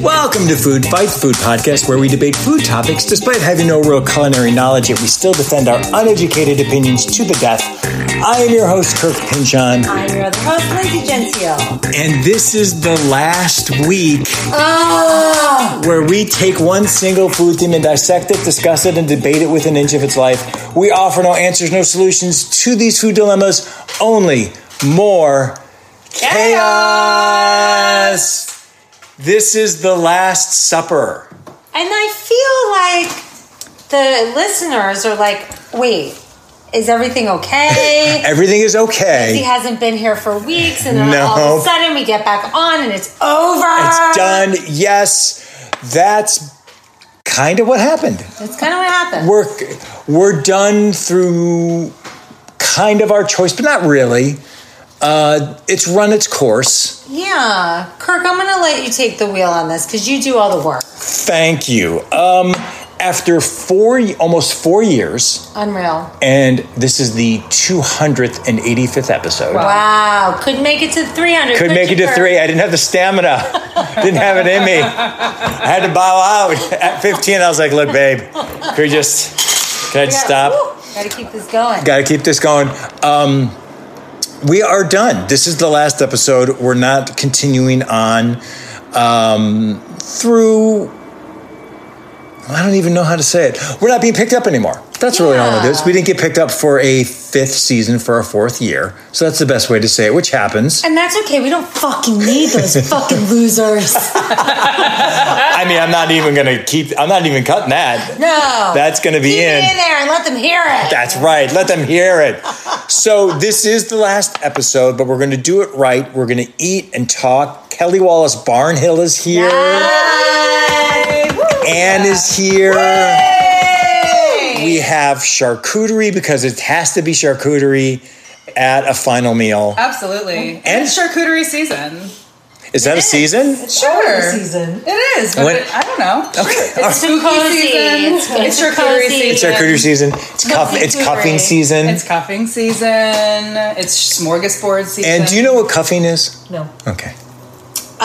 Welcome to Food Fight, the food podcast where we debate food topics despite having no real culinary knowledge, yet we still defend our uneducated opinions to the death. I am your host, Kirk Pinchon, I'm your other host, Lindsay Gentile. and this is the last week Oh, where we take one single food theme and dissect it, discuss it, and debate it with an inch of its life. We offer no answers, no solutions to these food dilemmas, only more chaos. This is the Last Supper. and I feel like the listeners are like, wait, is everything okay? Everything is okay. He hasn't been here for weeks, and then No. all of a sudden we get back on, and it's over. It's done. Yes, that's kind of what happened. That's kind of what happened. We're we're done through kind of our choice, but not really. Uh, it's run its course. yeah, Kirk, I'm gonna let you take the wheel on this because you do all the work. Thank you. Um, after four, almost four years, Unreal. and this is the 285th episode. Wow, could not make it to 300. Could could make it you, to Kirk? three. I didn't have the stamina. didn't have it in me. I had to bow out at 15. I was like, "Look, babe, could you just, can I Yeah. just stop?" Woo. Gotta keep this going. Got to keep this going. Um, we are done. This is the last episode. We're not continuing on um, through. I don't even know how to say it. We're not being picked up anymore. That's really all it is. Yeah. We didn't get picked up for a fifth season for our fourth year. So that's the best way to say it, which happens. And that's okay. We don't fucking need those fucking losers. I mean, I'm not even going to keep, I'm not even cutting that. No. That's going to be Keep it in. in there and let them hear it. That's right. Let them hear it. So this is the last episode, but we're going to do it right. We're going to eat and talk. Kelly Wallace Barnhill is here. Yay! Woo! Anne is here. Yay! We have charcuterie because it has to be charcuterie at a final meal. Absolutely. And, And- it's charcuterie season. Is that a season? Sure. season. It is, but When- it, I don't know. It's spooky cozy. season. It's, it's It's charcuterie cozy. It's season. charcuterie season. It's cuff. It's cuffing season. It's cuffing season. It's smorgasbord season. And do you know what cuffing is? No. Okay.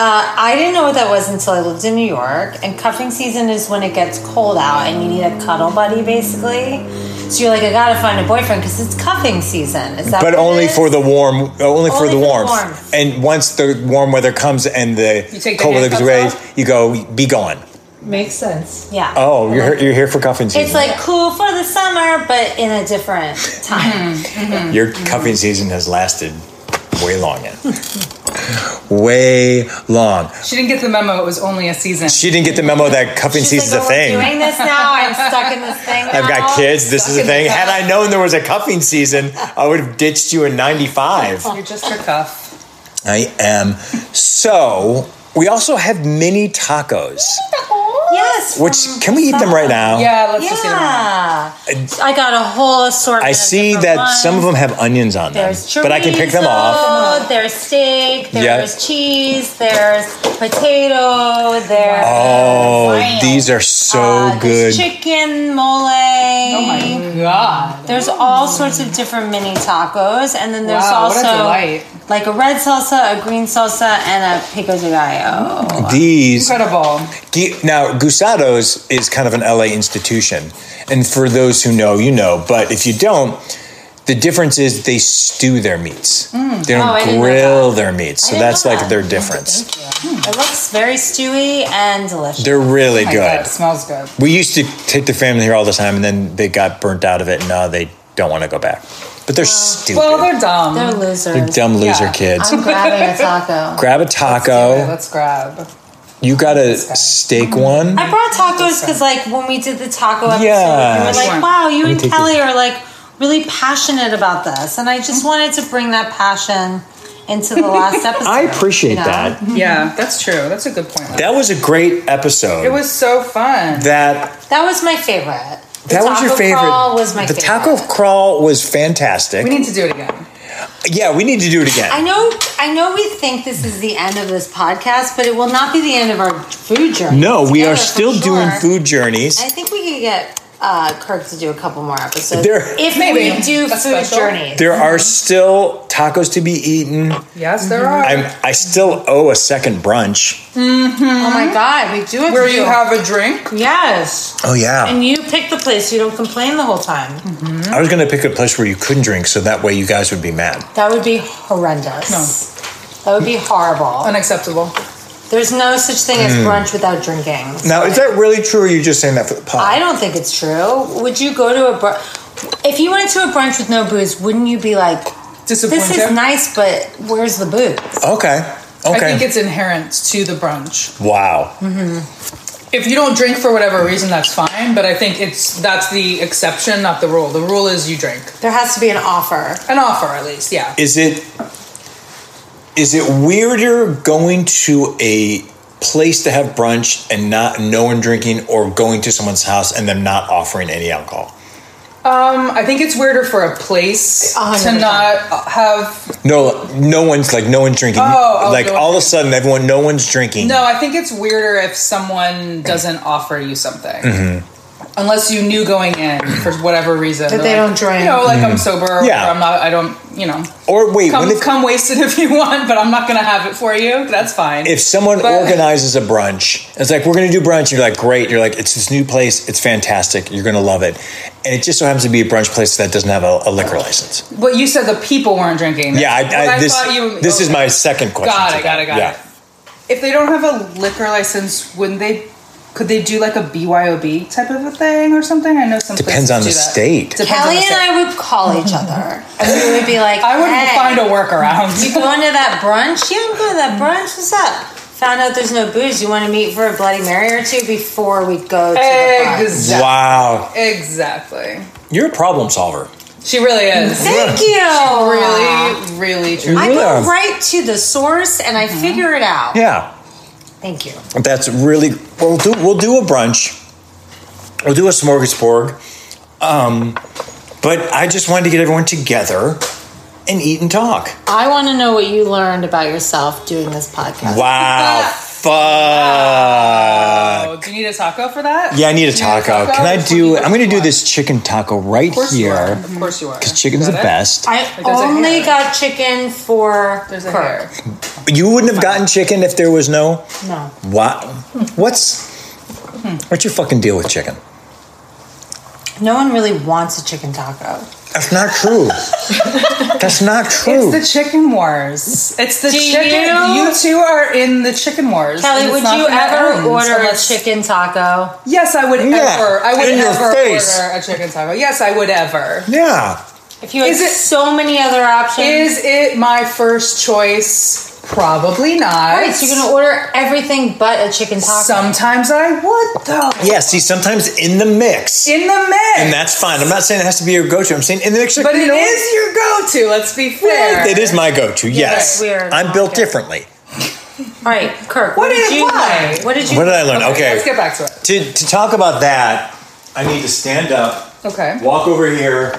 Uh, I didn't know what that was until I lived in New York. And cuffing season is when it gets cold out and you need a cuddle buddy, basically. So you're like, I gotta find a boyfriend because it's cuffing season. Is that? But what it only is? for the warm, only for Only the for the warmth. warmth. And once the warm weather comes and the You take the cold weather goes away, handcuffs you go be gone. Makes sense. Yeah. Oh, you're you're here for cuffing season. It's like cool for the summer, but in a different time. Your cuffing season has lasted way long. Yet. way long. She didn't get the memo. It was only a season. She didn't get the memo that cuffing She's season's like, a "Oh, thing. We're doing this now. I'm stuck in this thing. I've now." got kids. This is a Stuck in thing. the Had cuff. I known there was a cuffing season, I would have ditched you in '95. You're just her cuff. I am. So we also have mini tacos. Yes. Which can we eat them right now? Yeah, let's just eat them. Yeah. I got a whole assortment. I of see different that ones. some of them have onions on them, There's chorizo, but I can pick them off. There's steak. There's Yeah. cheese. There's potato. There's Oh, these are so uh, good. There's chicken mole. Oh my god. There's all sorts of different mini tacos, and then there's Wow, what a also delight. like a red salsa, a green salsa, and a pico de gallo. Mm. These Incredible. Gu- Now, Gusados is kind of an LA institution. And for those who know, you know. But if you don't, the difference is they stew their meats. They Oh, I don't didn't know grill that. their meats. I So didn't that's know like that. their difference. It looks very stewy and delicious. They're Oh really My God, good. it smells good. We used to take the family here all the time and then they got burnt out of it. and Now they don't want to go back. But they're stupid. Well, they're dumb. They're losers. They're dumb loser Yeah. kids. I'm grabbing a taco. Grab a Okay, taco. let's grab. You got a steak one. I brought tacos because, like, when we did the taco episode, Yeah. you were like, Sure. "Wow, you and take Kelly are like really passionate about this," and I Mm-hmm. just wanted to bring that passion into the last episode. I appreciate you know? that. Yeah, that's true. That's a good point. That was a great episode. it was so fun. that That was my favorite. The that was taco your favorite. Crawl was my the favorite. taco crawl was fantastic. we need to do it again. yeah, we need to do it again. I know, I know. We think this is the end of this podcast, but it will not be the end of our food journey. no, we together are for still sure. doing food journeys. I think we could get uh, Kirk to do a couple more episodes There- if Maybe. we do A food special? journeys. There are still tacos to be eaten. Yes, Mm-hmm. there are. I'm, I still owe a second brunch. Oh Mm-hmm. my god, we do it. for Where you have a drink. yes, Oh yeah, and you pick the place. You don't complain the whole time. I was gonna pick a place where you couldn't drink, so that way you guys would be mad. That would be horrendous. That would be horrible. Unacceptable. There's no such thing as brunch without drinking. Now, is that really true, or are you just saying that for the pod? I don't think it's true. Would you go to a brunch? If you went to a brunch with no booze, wouldn't you be like, Disappointed. "This is nice, but where's the booze?" Okay. Okay. I think it's inherent to the brunch. wow. If you don't drink for whatever reason, that's fine. But I think it's that's the exception, not the rule. The rule is you drink There has to be an offer. an offer at least. Yeah. Is it is it weirder going to a place to have brunch and not no one drinking, or going to someone's house and them not offering any alcohol? Um, I think it's weirder for a place A hundred to not have No, no one's like no one's drinking. Oh, oh, like no all of a one's sudden, everyone, no one's drinking. No, I think it's weirder if someone doesn't offer you something. Mm-hmm. Unless you knew going in for whatever reason That they Like, don't drink. You know, like I'm sober. Or Mm-hmm. Yeah. I'm not. I don't. You know, Or wait, come what if, come wasted if you want, but I'm not gonna have it for you. That's fine. if someone But- organizes a brunch, it's like we're going to do brunch. And you're like, great. You're like, it's this new place. It's fantastic. You're going to love it. And it just so happens to be a brunch place that doesn't have a, a liquor license. but you said the people weren't drinking. Yeah, I, But I, this thought you- this is okay. my second question. Got it, to got it, that. got it. If they don't have a liquor license, wouldn't they? Could they do like a BYOB type of a thing or something? I know some Depends places on do the that. state. Depends on Kelly the and state. I would call each other, and we would be like, I would hey, find a workaround. You going to that brunch? You don't go to that brunch. What's up? Found out there's no booze. You want to meet for a Bloody Mary or two before we go to the brunch. Exactly. Wow, Exactly. you're a problem solver. She really is. Thank you. really, really true. I really are. go right to the source and I Mm-hmm. figure it out. Yeah, Thank you. that's really. We'll do we'll do a brunch. We'll do a smorgasbord. Um, but I just wanted to get everyone together and eat and talk. I want to know what you learned about yourself doing this podcast. Wow, fuck. Oh, do you need a taco for that? Yeah, I need a Do you need taco. Can I before do? you I'm going to do one? this chicken taco right Of course you are. here Of course you are. because chicken's the Got it? best. I Like, there's a only hair. got chicken for There's a Kirk. hair. You wouldn't have gotten chicken if there was no. No. Wow. Hmm. What's what's your fucking deal with chicken? No one really wants a chicken taco. That's not true. That's not true. It's the chicken wars. It's the Do chicken. you- You? two are in the chicken wars. and Kelly, it's would not you gonna ever end order a unless- chicken taco? Yes, I would Yeah, ever. I would in your ever face. order a chicken taco. Yes, I would ever. yeah. If you had Is it- so many other options. Is it my first choice? Probably not. All right, so you're gonna order everything but a chicken taco. Sometimes I would though. Yeah. See, sometimes in the mix, In the mix. and that's fine. I'm not saying it has to be your go-to. I'm saying in the mix, like, But you it know what? is your go-to. Let's be fair. It is my go-to. Yes. that's weird. I'm built Okay. differently. All right, Kirk. What, What did is- you why? learn? What did you? What did I learn? Let's Okay. get back to it. To to talk about that, I need to stand up, Okay. walk over here,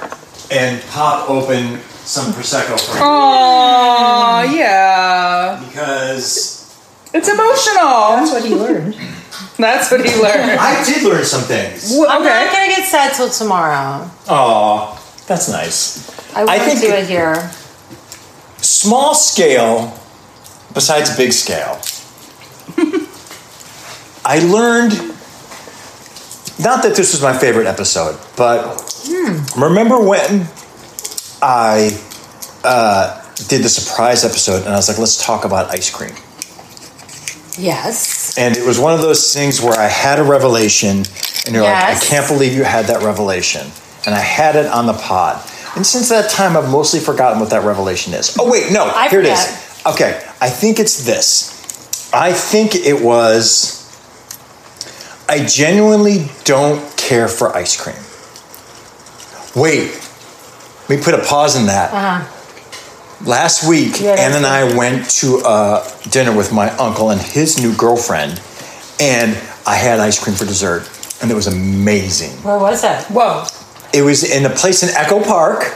and pop open some prosecco for you Oh yeah, because it's emotional. what he learned. That's what he learned. I did learn some things. I'm not okay. gonna get sad till tomorrow. Aw, that's nice. I won't think- do it here. small scale besides big scale i learned not that this was my favorite episode but remember when i uh, did the surprise episode and i was like let's talk about ice cream Yes. and it was one of those things where i had a revelation and you're Yes. like i can't believe you had that revelation and i had it on the pod and since that time i've mostly forgotten what that revelation is oh wait no I here forget. it is Okay, I think it's this. I think it was. I genuinely don't care for ice cream. Wait, let me put a pause in that. Last week, Uh-huh. Yeah, Ann that's and I went to uh, dinner with my uncle and his new girlfriend, and I had ice cream for dessert, and it was amazing. Where was it? Whoa, It was in a place in Echo Park,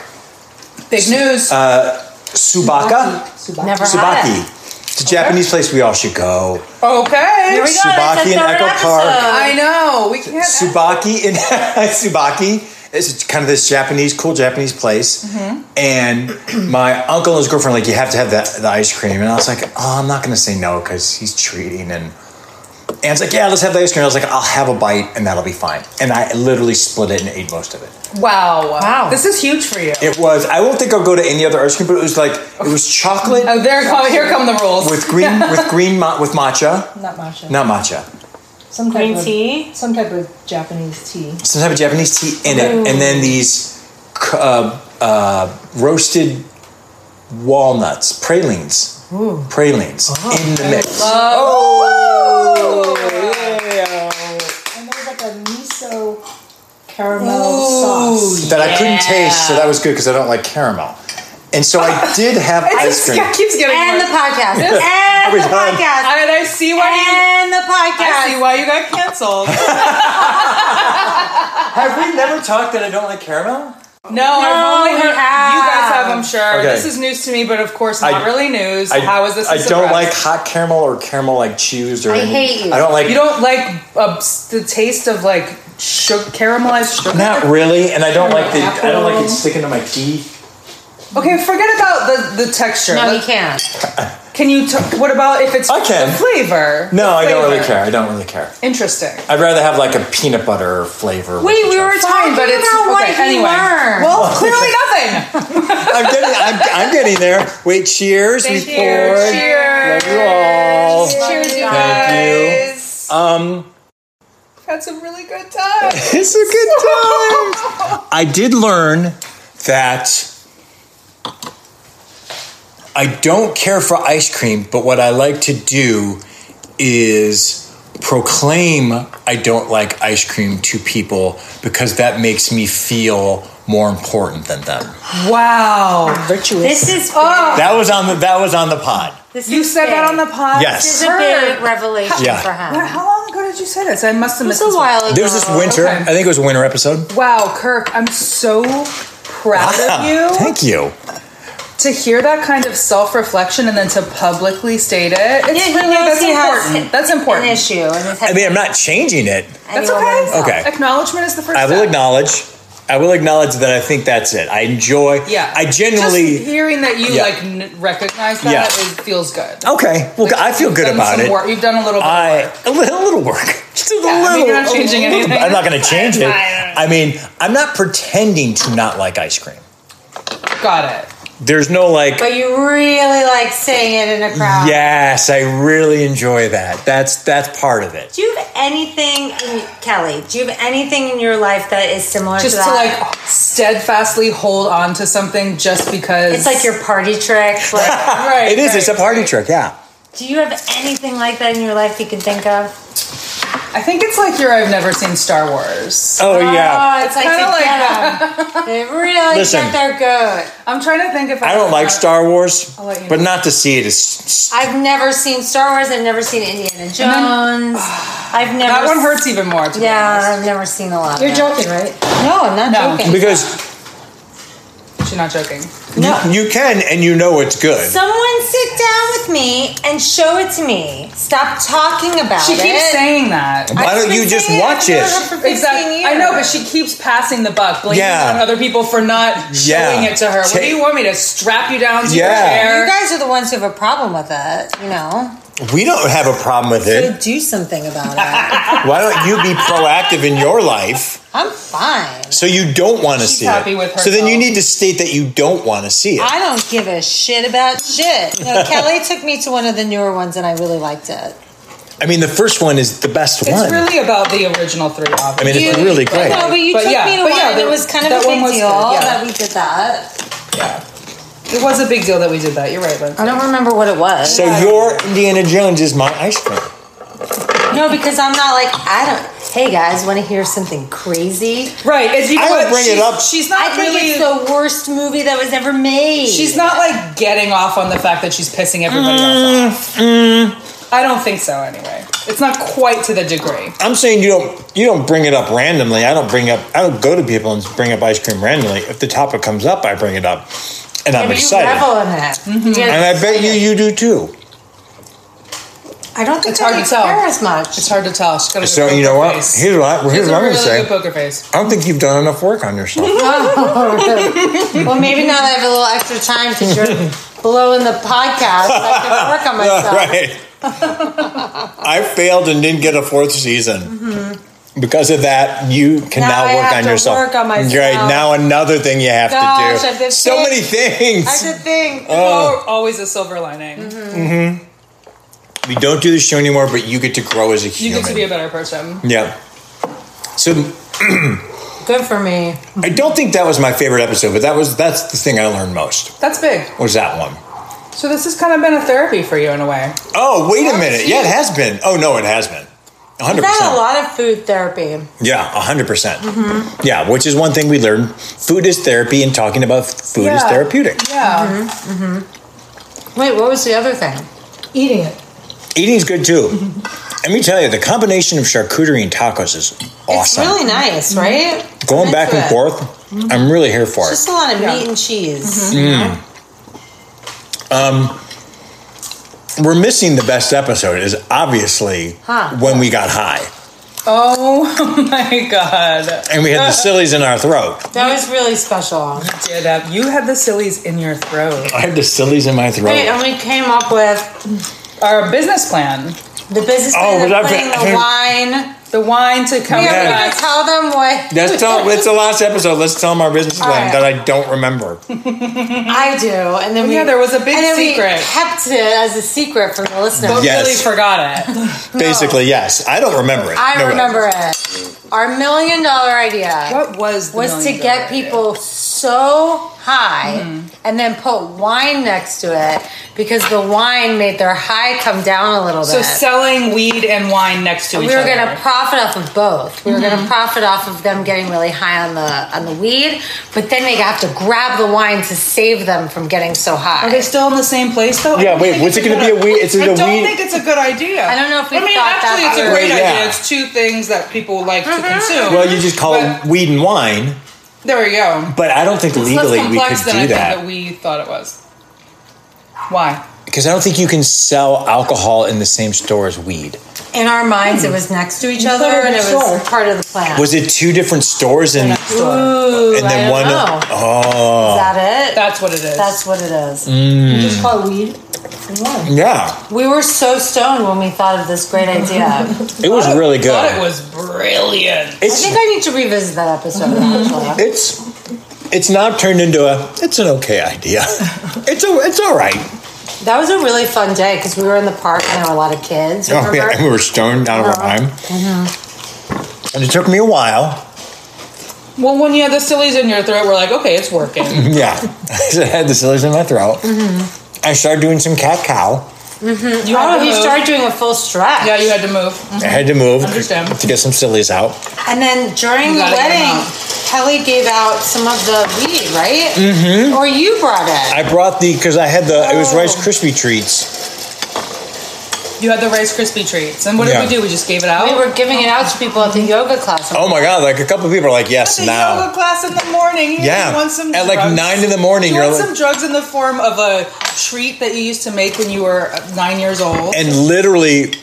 big news. Uh, Subaka, Never had it. Subaki. It's a Japanese place we all should go. okay. Here we go. Subaki That's the and third Echo Park. episode. I know we can't. Subaki in Subaki It's kind of this Japanese, cool Japanese place. And my uncle and his girlfriend were like, you have to have that the ice cream. And I was like, oh, I'm not going to say no because he's treating. And and it's like, yeah, let's have the ice cream. I was like, I'll have a bite and that'll be fine. And I literally split it and ate most of it. Wow. Wow. This is huge for you. It was. I won't think I'll go to any other ice cream, but it was like it was chocolate oh, there come, here come the rules. with green with green ma- with matcha, Not matcha. not matcha. Some type Green of, tea? Some type of Japanese tea. some type of Japanese tea in it, and then these c- uh, uh, roasted walnuts, pralines, pralines Oh, in the mix. And there's like a miso caramel sauce. That I couldn't taste, so that was good because I don't like caramel. And so I did have ice cream. It keeps getting And the worse. podcast. And Every the time. podcast. I mean, I see why you. And the I see podcast. why you got canceled. Have we never talked that I don't like caramel? No, I've only we heard have. you guys have. I'm sure Okay. this is news to me, but of course not I- really news. How is this? I a don't surprise? like hot caramel or caramel like chews or. I any- hate you. I don't like. You don't like uh, s- the taste of like sugar, caramelized sugar. not really, and I don't like the. I don't like Apple. it sticking to my teeth. Okay, forget about the the texture. No, you Let- can't. Can you? T- what about if it's I can. the flavor? No, The I don't really flavor. care. I don't really care. Interesting. I'd rather have like a peanut butter flavor. with Wait, the we chocolate. were talking Fine, but it's about what okay. he anyway, learned. well, Oh, clearly nothing. I'm getting, I'm, I'm getting there. Wait, cheers. Thank we you. poured. Cheers. Love you all. Cheers, you Thank you. guys. Um, Had some really good time. it's a good time. I did learn that I don't care for ice cream, but what I like to do is proclaim I don't like ice cream to people because that makes me feel more important than them. Wow. Virtuous. This is oh, That was on the that was on the pod. this You is said that big. on the pod? Yes. This is a big revelation Yeah. for Wow, him. How long ago did you say this? I must have This missed was this a one. while ago. There was this winter. Oh, okay. I think it was a winter episode. Wow, Kirk, I'm so proud of you. Ah, Thank you. to hear that kind of self-reflection and then to publicly state it. It's Yeah, he really knows that's he has important. That's important. An issue. And it's I mean, I'm not changing it. That's okay. Okay. Acknowledgement is the first I will step. acknowledge. I will acknowledge that I think that's it. I enjoy. Yeah. I genuinely. Just hearing that you Yeah. like n- recognize that Yeah. it feels good. okay. Well, Like, I feel you've good done about some it. Work. You've done a little bit. I a little, a little work. Just a I mean, little. you're not a changing little- anything. I'm not going to change it. I mean, I'm not pretending to not like ice cream. Got it. There's no like. But you really like saying it in a crowd. Yes, I really enjoy that. That's that's part of it. Do you have anything, in, Kelly? Do you have anything in your life that is similar Just to to that? like steadfastly hold on to something just because it's like your party trick. Like, right. It is. right. Ah. It's a party trick. Yeah. do you have anything like that in your life you can think of? I think it's like your I've never seen Star Wars. Oh yeah. Oh, it's like kinda to like get 'em. They really Listen. think they're good. I'm trying to think if I don't like Star Wars, I'll let you but know. not to see it is I've never seen Star Wars. I've never seen Indiana Jones. I've never. That one s- hurts even more. To be Yeah, honest. I've never seen a lot. You're of it. joking, right? No, I'm not No. joking. because she's not joking. No. you, you can and you know it's good. Someone sit down with me and show it to me. Stop talking about She it. keeps saying that. Why don't I've you been just saying watch I've it? known her for 15 Exactly. I years. know, but she keeps passing the buck, blaming Yeah. it on other people for not Yeah. showing it to her. Ta- what do you want me to strap you down to Yeah. You your chair? guys are the ones who have a problem with it, you know? We don't have a problem with it. So do something about it. Why don't you be proactive in your life I'm fine. so you don't want to She's see happy it? with so then you herself. need to state that you don't want to see it. I don't give a shit about shit. You know, Kelly took me to one of the newer ones and I really liked it. I mean, the first one is the best It's one. really about the original three, I obviously. mean, it's You- really great. No, but you But took yeah, me to but one yeah, and the- it was kind of a that one big was deal good, yeah. that we did that. it was a big deal that we did that. You're right, Lindsay. I don't remember what it was. so your Indiana Jones is my ice cream. No, because I'm not like, I don't. Hey guys, want to hear something crazy? Right. It's, you know I would what? bring it She's- up. She's I not think really. it's the worst movie that was ever made. She's not like getting off on the fact that she's pissing everybody Mm, else off. I don't think so. Anyway, it's not quite to the degree. I'm saying you don't you don't bring it up randomly. I don't bring up I don't go to people and bring up ice cream randomly. If the topic comes up, I bring it up, and I'm But you Mm-hmm. excited. revel in it. And I bet you you do too. I don't think It's hard they to tell. care as much. It's hard to tell. She's got a good So poker you know what? Face. Here's what, I, She here's has what a I'm really gonna say. good poker face. I don't think you've done enough work on yourself. well, maybe now that I have a little extra time because you're blowing the podcast, I can work on myself. right. I failed and didn't get a fourth season. Because of that, you can Mm-hmm. Now now, I work have on to yourself. work on myself. Right now, another thing you have Gosh, I to do. did So things. many things. I should think. Uh, Oh, always a silver lining. we don't do the show anymore, but you get to grow as a You human. get to be a better person. yeah. So Good for me. I don't think that was my favorite episode, but that was that's the thing I learned most That's big. was that one. So this has kind of been a therapy for you in a way. Oh, wait a That was minute. Yeah, it has been. Oh no, it has been. 100%. I've had a lot of food therapy. Yeah, 100%. percent Yeah, which is one thing we learned. Food is therapy, and talking about food is Yeah. therapeutic. Yeah. Wait, what was the other thing? Eating it. Eating is good too. Let me tell you, the combination of charcuterie and tacos is It's awesome. really Mm-hmm. nice, right? Going I'm back into and it. forth, I'm really here for Just a lot of Yeah. Mm-hmm. meat and cheese. it. We're missing the best episode, is obviously Huh. when we got high Oh my god. and we had the sillies in our throat. That was really special. Did up. You had the sillies in your throat. I had the sillies in my throat. Wait, and we came up with Our business plan. the business Oh, plan was of that- putting the wine. The wine to come We are Yeah. going back. to tell them what Let's tell. It's the last episode. Let's tell them our business All plan right. that I don't remember. I do. And then we, Oh, Yeah, there was a big and then secret. We kept it as a secret for the listeners. But Yes. really forgot it. Basically, yes, I don't remember it. I No, remember it. Our million dollar idea What was the was to million get dollar idea? Mm-hmm. people so high and then put wine next to it because the wine made their high come down a little So bit. selling weed and wine next to each we were other. going to profit off of both. We were Mm-hmm. going to profit off of them getting really high on the on the weed, but then they have to grab the wine to save them from getting so high. Are they still in the same place though? Yeah, I don't wait, think what's it's it gonna good be, a weed- it's I a don't weed- think it's a good idea. I don't know if we I mean, thought that actually, it's a through. Mm-hmm. great Well, yeah. idea. It's two things that people like to consume. Well, you just call But- it weed and wine, There we go. but I don't think It's legally less we could complex than I do think that that we thought it was. Why? because I don't think you can sell alcohol in the same store as weed. In our minds, it was next to each other, thought it and it was was sure. part of the plan. Was it two different stores and Ooh, and then I one? don't know. Of, oh, Mm. Is that it? That's what it is. That's what it is. You just call it weed and wine. yeah, We were so stoned when we thought of this great idea. I it was really good. thought it was brilliant. it's think I need to revisit that episode. actually. it's it's now turned into a. It's an okay idea. it's a it's all right. that was a really fun day because we were in the park and there were a lot of kids. Oh, Remember? yeah, and we were stoned out of our mind. And it took me a while. Well, when you had the sillies in your throat, we're like, okay, it's working. Yeah, I had the sillies in my throat. I started doing some cat cow. You had Oh, to you move. started doing a full stretch. Yeah, you had to move. I had to move Understand. to get some sillies out. And then during You the gotta get 'em wedding, Kelly gave out some of the weed, right? Mm-hmm. Or you brought it. I brought the because I had the it was Oh. Rice Krispie treats. You had the Rice Krispie treats. And what Yeah. did we do? We just gave it out. we were giving it out to people at the yoga class. Oh my god! Like a couple people are like, yes, the now. yoga class in the morning. You Yeah. want some At, like, drugs. nine in the morning, You you're want like- some drugs in the form of a treat that you used to make when you were nine years old. And literally,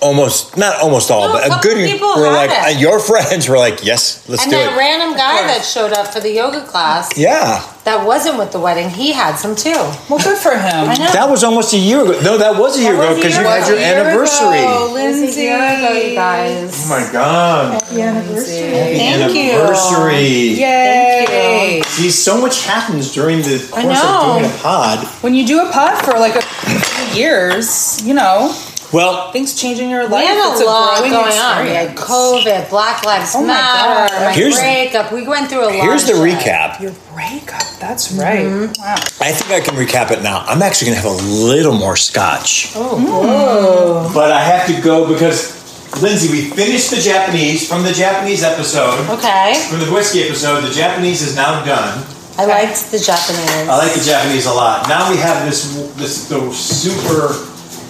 almost not almost all, No, a but a couple good people were had like it. uh, your friends were like, yes, let's and do that it. random guy course. that showed up for the yoga class yeah, that wasn't with the wedding, he had some too. well, good for him. I know. that was almost a year ago. No, that was a year was ago a because year you had ago. your A year anniversary. ago, It was a Lindsay. year ago, you guys. Oh my god! The anniversary. The Thank you. Anniversary. Yay. See, so much happens during the course know. of doing a pod. When you do a pod for like a few years, you know, Well, things change in your We life. had it's a lot growing going on. We had experience. COVID, Black Lives Oh my Matter, God. my Here's- breakup. We went through a lot. here's of the shit. recap. Your breakup. That's right. Wow. I think I can recap it now. I'm actually going to have a little more scotch. Oh. But I have to go because, Lindsay, we finished the Japanese from the Japanese episode. Okay, From the whiskey episode, the Japanese is now done. I liked the Japanese. I like the Japanese a lot. Now we have this this the super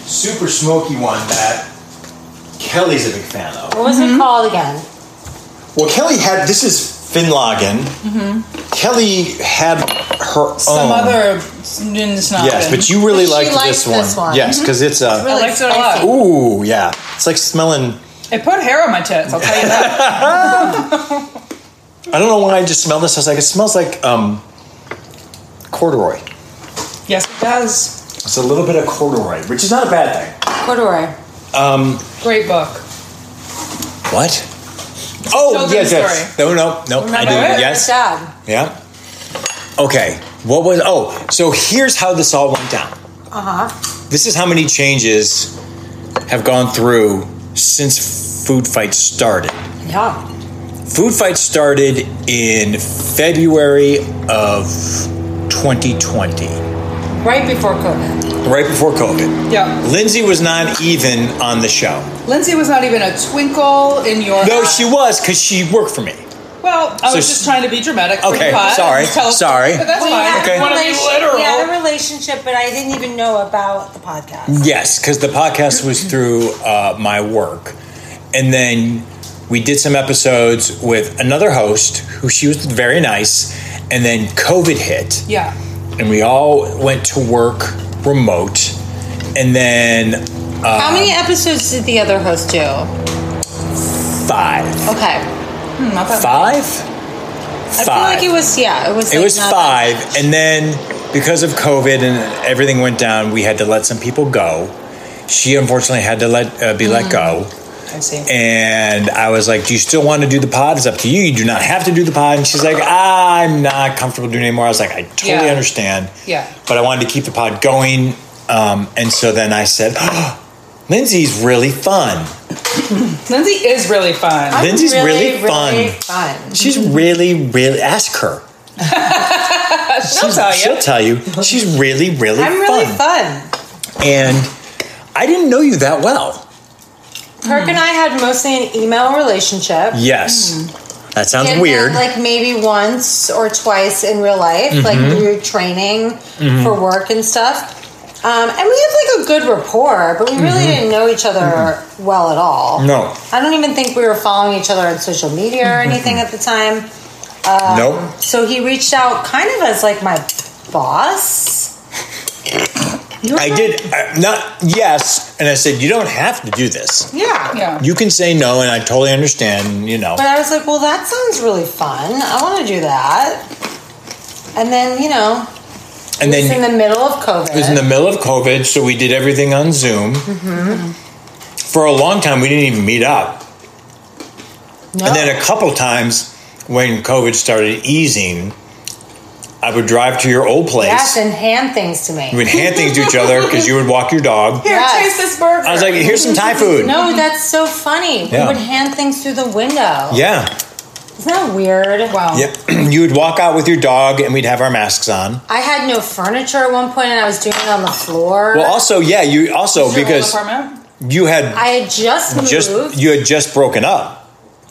super smoky one that Kelly's a big fan of. What was it called again? Well, Kelly had this is Finlagen. Kelly had her Some own. other. It's not Oh. yes, good. but you really She liked liked this one. this one. Yes, because it's a. I Really liked it a lot. spicy. Ooh, yeah. It's like smelling. It put hair on my tits. I'll tell you that. I don't know why I just smelled this. I was like, it smells like um, corduroy. yes, it does. It's a little bit of corduroy, which is not a bad thing. Corduroy. Great book. What? Oh, yes, Children's yes. No, no, no. I do. about it. Yes. Good job. Yeah. Okay. What was? Oh, so here's how this all went down. Uh-huh. Uh huh. This is how many changes have gone through since Food Fight started. Yeah. Food Fight started in February of 2020, Right before COVID. right before COVID. Yeah. Lindsay was not even on the show. Lindsay was not even a twinkle in your. No, eye. she was because she worked for me. Well, I So was she- just trying to be dramatic. for Okay, the pot. sorry, Tell- sorry. But that's We fine. had, Okay. a Want to be relation- literal? we had a relationship, but I didn't even know about the podcast. Yes, because the podcast was through uh, my work. And then we did some episodes with another host who she was very nice. And then COVID hit. Yeah. and we all went to work remote and then Uh, How many episodes did the other host do? five Okay. Hmm, not bad. five I feel like it was, yeah, it was it like was not five that much. and then because of covid and everything went down we had to let some people go she unfortunately had to let uh, be let go I see. and I was like, "Do you still want to do the pod? It's up to you. You do not have to do the pod." And she's like, "I'm not comfortable doing it anymore." I was like, "I totally Yeah. understand." Yeah. But I wanted to keep the pod going, um, and so then I said, oh, "Lindsay's really fun. Lindsay is really fun. I'm Lindsay's really fun. really fun. She's really, really ask her. Uh, She'll tell She'll you. tell you. She's really, really Oh, I'm really fun. And I didn't know you that well. Kirk and I had mostly an email relationship. Yes, that sounds And weird. met, like maybe once or twice in real life, like Mm-hmm. we were training for work and stuff. Um, and we had like a good rapport, but we really didn't know each other well at all. Mm-hmm. No. Mm-hmm. I don't even think we were following each other on social media or anything at the time. um, nope. So he reached out kind of as like my boss. I did uh, not. Yes, and I said, "You don't have to do this." Yeah. Yeah. You can say no, and I totally understand. You know, But I was like, well, that sounds really fun. I want to do that. And then, you know, and it was in then the middle of COVID. it was in the middle of COVID, so we did everything on Zoom. Mm-hmm. For a long time, we didn't even meet up, no. and then a couple times when COVID started easing, I would drive to your old place. Yes, and hand things to me. we would hand things to each other because you would walk your dog. Here, Yes. taste this burger. I was like, "Here's some Thai food." No, that's so funny. Yeah. We would hand things through the window. Yeah, Isn't that weird? wow. yep. you would walk out with your dog, and we'd have our masks on. I had no furniture at one point and I was doing it on the floor. Well, also, yeah, you also Is your old because apartment? you had I had just moved. just you had just broken up.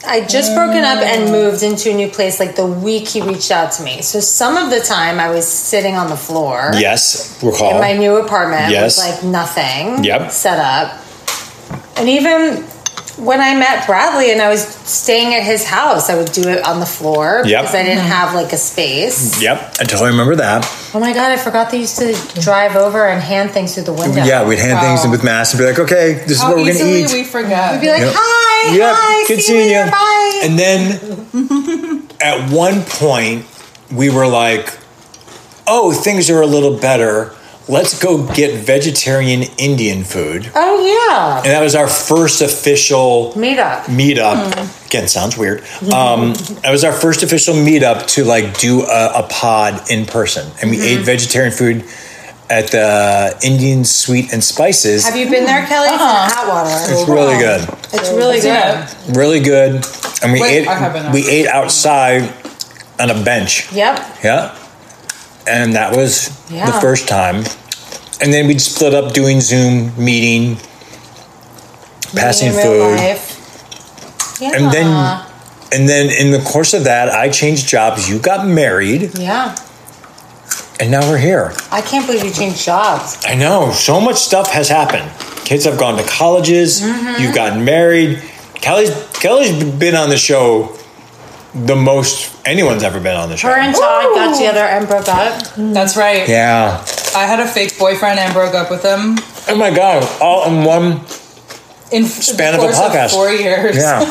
I had just broken up Mm. and moved into a new place like the week he reached out to me. So some of the time I was sitting on the floor. Yes, recall. in my new apartment Yes. was like nothing Yep. set up. And even when I met Bradley and I was staying at his house, I would do it on the floor Yep. because I didn't have like a space. Yep, I totally remember that. Oh my god, I forgot they used to drive over and hand things through the window. Yeah, we'd hand things in with masks and be like, okay, this is How what we're going easily to eat. we forget. Be like, Yep. hi, Yep, hi, good see you seeing later, you. bye. and then at one point, we were like, oh, things are a little better. Let's go get vegetarian Indian food. oh yeah, And that was our first official meet up. meetup. Hmm. Again, sounds weird. Um, that was our first official meetup to like do a, a pod in person, and we Hmm. ate vegetarian food at the Indian Sweet and Spices. Have you been there, Kelly? It's in Atwater. Uh-huh. it's really good, It's really good. Yeah. really good. And we Wait, I haven't ate asked. we ate outside on a bench. Yep. Yeah, and that was the Yeah. first time. And then we'd split up doing Zoom meeting, passing In real food. life. Yeah. And then, and then in the course of that, I changed jobs. You got married, yeah. and now we're here. I can't believe you changed jobs. I know so much stuff has happened. Kids have gone to Mm-hmm. colleges. You've gotten married. Kelly's Kelly's been on the show the most anyone's ever been on the show. Her and Todd got together and broke up. That's right. yeah. I had a fake boyfriend and broke up with him Oh my god! All in one. in Span the of a course podcast. four years. Yeah.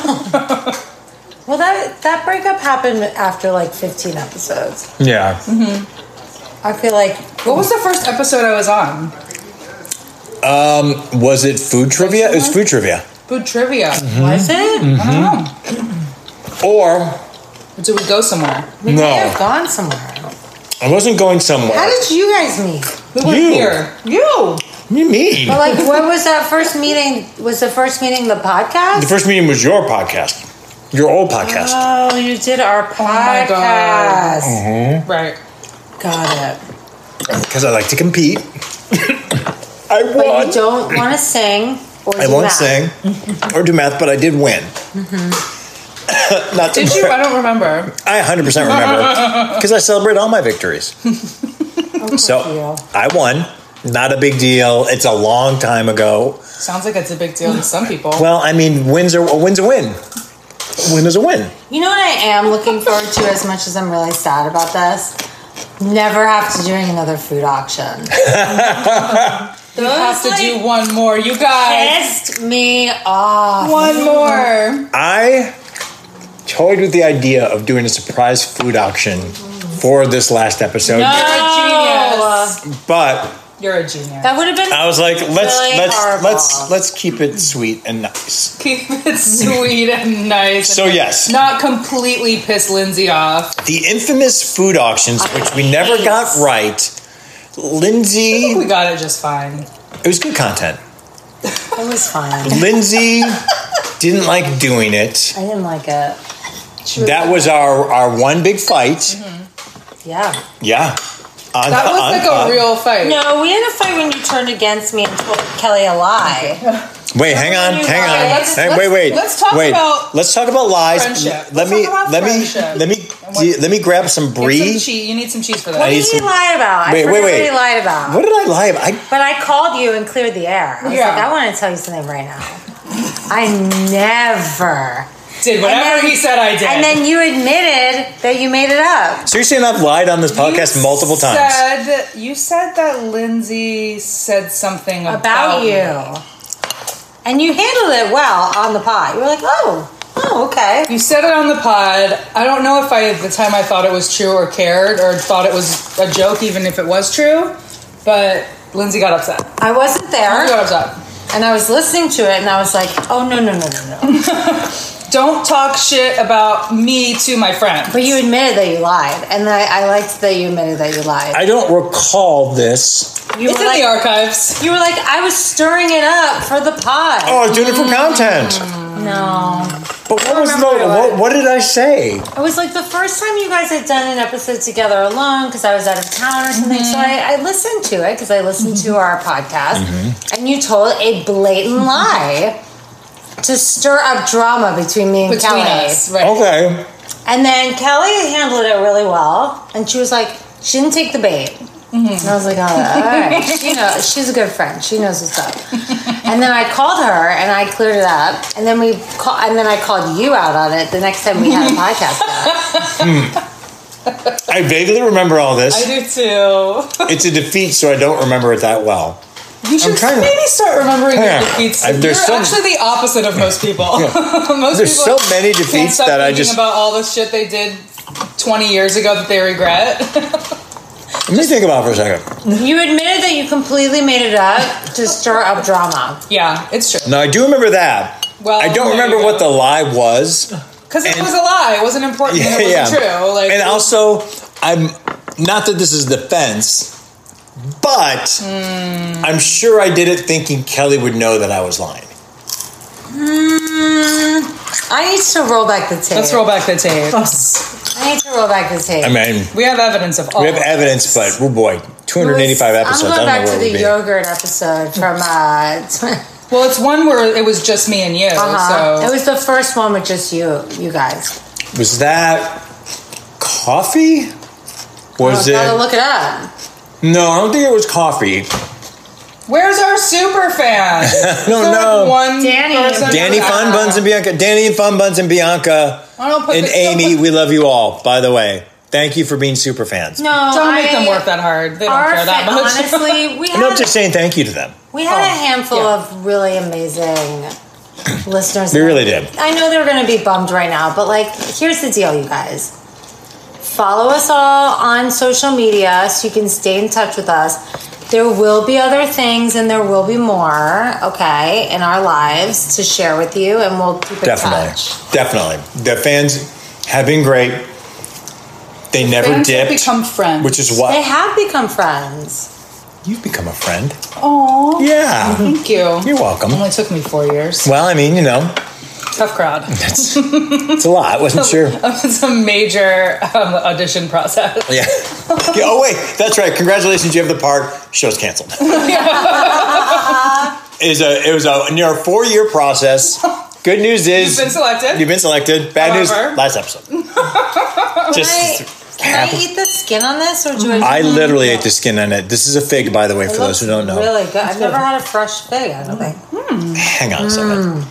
Well, that that breakup happened after like 15 episodes. Yeah. Mm-hmm. I feel like What was the first episode I was on? Was it food trivia? It was food trivia. Food trivia. Mm-hmm. was Hmm? it? I don't know. Or Did we go somewhere? We may have no, gone somewhere. I wasn't going somewhere. How did you guys meet? We were You. here. You. What do you mean? But like, what was that first meeting? Was the first meeting the podcast? The first meeting was your podcast, your old podcast. Oh, you did our my God. podcast. Mm-hmm. Right. Got it. because I like to compete. I But won. you don't want to sing or I do won't math. Mm-hmm. sing or do math, but I did win. Not to Did you? brag. I don't remember. I 100% remember because I celebrate all my victories. so you. I won. Not a big deal. It's a long time ago. Sounds like it's a big deal to some people. Well, I mean, wins are a win's a win. A win is a win. You know what I am looking forward to as much as I'm really sad about this? Never have to do another food auction. We have to do one more, you guys. Pissed me off. One more. I toyed with the idea of doing a surprise food auction for this last episode, You're a genius. but You're a genius. That would have been. I was like, let's Really let's horrible. let's let's keep it sweet and nice. Keep it sweet and nice. So and yes, Not completely piss Lindsay off. the infamous food auctions, which we never got right. Lindsay, We got it just fine. it was good content. It was fine. Lindsay didn't like doing it. I didn't like it. That was our our one big fight. Yeah. Yeah, on, Mm-hmm. That was on- like a on- real fight. No, we had a fight when you turned against me and told Kelly a lie. Wait, hang on, hang on. Okay, let's- Hang- let's- wait, wait. let's talk wait. about Let's talk about lies. friendship. Let Let's me talk about let me friendship. let me what- let me grab some Get brie. some cheese. You need some cheese for that. What need did he some- lie about? Wait, I wait, forget wait. what he lied about. What did I lie about? I But I called you and cleared the air. I was Yeah. like, I want to tell you something right now. I never. Did whatever And then- he said, I did. And then you admitted that you made it up. seriously, and I've lied on this podcast You multiple times. Said, you said that Lindsay said something about, About me. you. And you handled it well on the pod. You were like, oh, oh, okay. You said it on the pod. I don't know if I at the time I thought it was true or cared or thought it was a joke, even if it was true. But Lindsay got upset. I wasn't Lindsay there. got upset. And I was listening to it and I was like, oh, no, no, no, no, no. Don't talk shit about me to my friend. But you admitted that you lied. And I, I liked that you admitted that you lied. I don't recall this. you, were it's in like, the archives. you were like, I was stirring it up for the pod. Oh, I was doing it for content. Oh. No. But what was the remember what it what, what did I say? It was like the first time you guys had done an episode together alone because I was out of town or something. So Mm-hmm. I, I listened to it because I listened to our podcast, and you told a blatant lie to stir up drama between me and Between Kelly. us, right? Okay. And then Kelly handled it really well, and she was like, she didn't take the bait. Mm-hmm. And I was like, oh, all right, she knows, she's a good friend. She knows what's up. and then I called her and I cleared it up, and then we call, and then I called you out on it the next time we had a podcast. together. I vaguely remember all I this. do too. It's a defeat, so I don't remember it that well. You should trying to- maybe start remembering Yeah. your defeats. I- You're there's some- actually the opposite of most people. most There's people so many can't defeats stop that I thinking just- about all the shit they did 20 years ago that they regret. Let me think about it for a second. You admitted that you completely made it up to stir up drama. yeah, it's true. Now I do remember that. Well, I don't there remember you what go. the lie was. Because it And- was a lie. It wasn't important. and it wasn't true. Like, and also, I'm not that this is defense, but Hmm. I'm sure I did it thinking Kelly would know that I was lying. Mm, I need to roll back the tape. let's roll back the tapes. I need to roll back the tape. I mean, we have evidence of all. we have of it. evidence, but oh boy, 285 episodes. I'm going I don't back know to where we'll the be. yogurt episode from uh, Well, it's one where it was just me and you. Uh-huh. So It was the first one with just you, you guys. Was that coffee? I Was gotta it? look it up. No, I don't think it was coffee. Where's our super fan? don't know. one Danny. person? Danny Fun Buns and Bianca. Danny Fun Buns and Bianca. I don't put And this- don't Amy, put- we love you all, by the way. Thank you for being super fans. No, Don't I, make them work that hard. They don't Our care that fa- much. honestly, we had No, I'm just saying thank you to them. We had Oh, a handful yeah. of really amazing listeners. We really did. I know they're going to be bummed right now, but like, here's the deal, you guys. Follow us all on social media so you can stay in touch with us. There will be other things and there will be more, okay, in our lives to share with you, and we'll keep in Definitely. touch. Definitely. The fans have been great. They never Fans have dipped. become friends. Which is They why have become friends. you've become a friend. Aw, Yeah. thank you. You're welcome. Only took me four years. Well, I mean, you know, Tough crowd. that's it's a lot. I wasn't sure. it's a major um, audition process. Yeah. Yeah, Oh wait, that's right. Congratulations, you have the part. Show's canceled. it was a it was a near four year process. Good news is You've been selected. You've been selected. Bad However- news. Last episode. Can I, Just can I eat the skin on this, or do I? I literally ate the skin on it. This is a fig, by the way, for those who don't know. Really good. I've never had a fresh fig. I don't think. Hang on a Mm, second.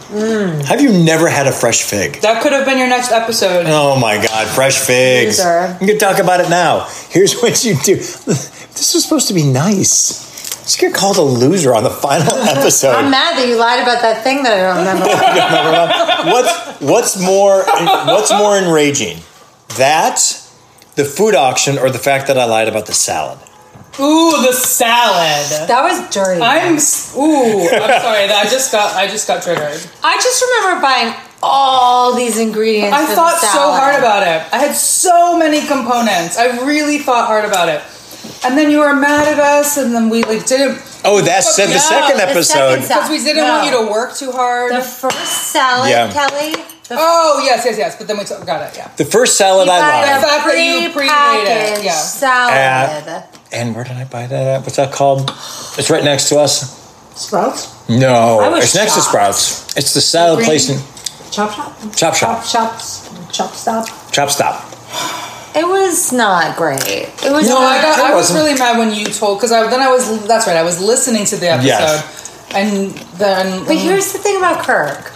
Have you never had a fresh fig? That could have been your next episode. Oh my God, fresh figs. Loser. You can talk about it now. Here's what you do. This was supposed to be nice. Just get called a loser on the final episode. I'm mad that you lied about that thing that I don't what's remember. what's more what's more enraging that the food auction or the fact that i lied about the salad Uh. Ooh, the salad. that was dirty. i I'm s- ooh. I'm sorry. That I just got. I just got triggered. just remember buying all these ingredients. I for the thought so salad. hard about it. I had so many components. I really thought hard about it. And then you were mad at us, and then we like didn't oh that's said the Yeah, second the The episode second sal- because we didn't No. want you to work too hard. The first salad, Yeah. Kelly. The oh yes, yes, yes. But then we t- got it. Yeah. the first salad i buy lied the fact that you prepackaged pre-made it, yeah. salad. and where did i buy that at what's that called it's right next to us Sprouts? I no was it's next to shocked. sprouts it's the salad Green- place in Chop shop? Chop shop. Chop shop. Chop stop. chop stop It was not great. It was No, I, not. got, it I was wasn't. really mad when you told because I then I was that's right I was listening to the episode Yes. and then but here's the thing about Kirk.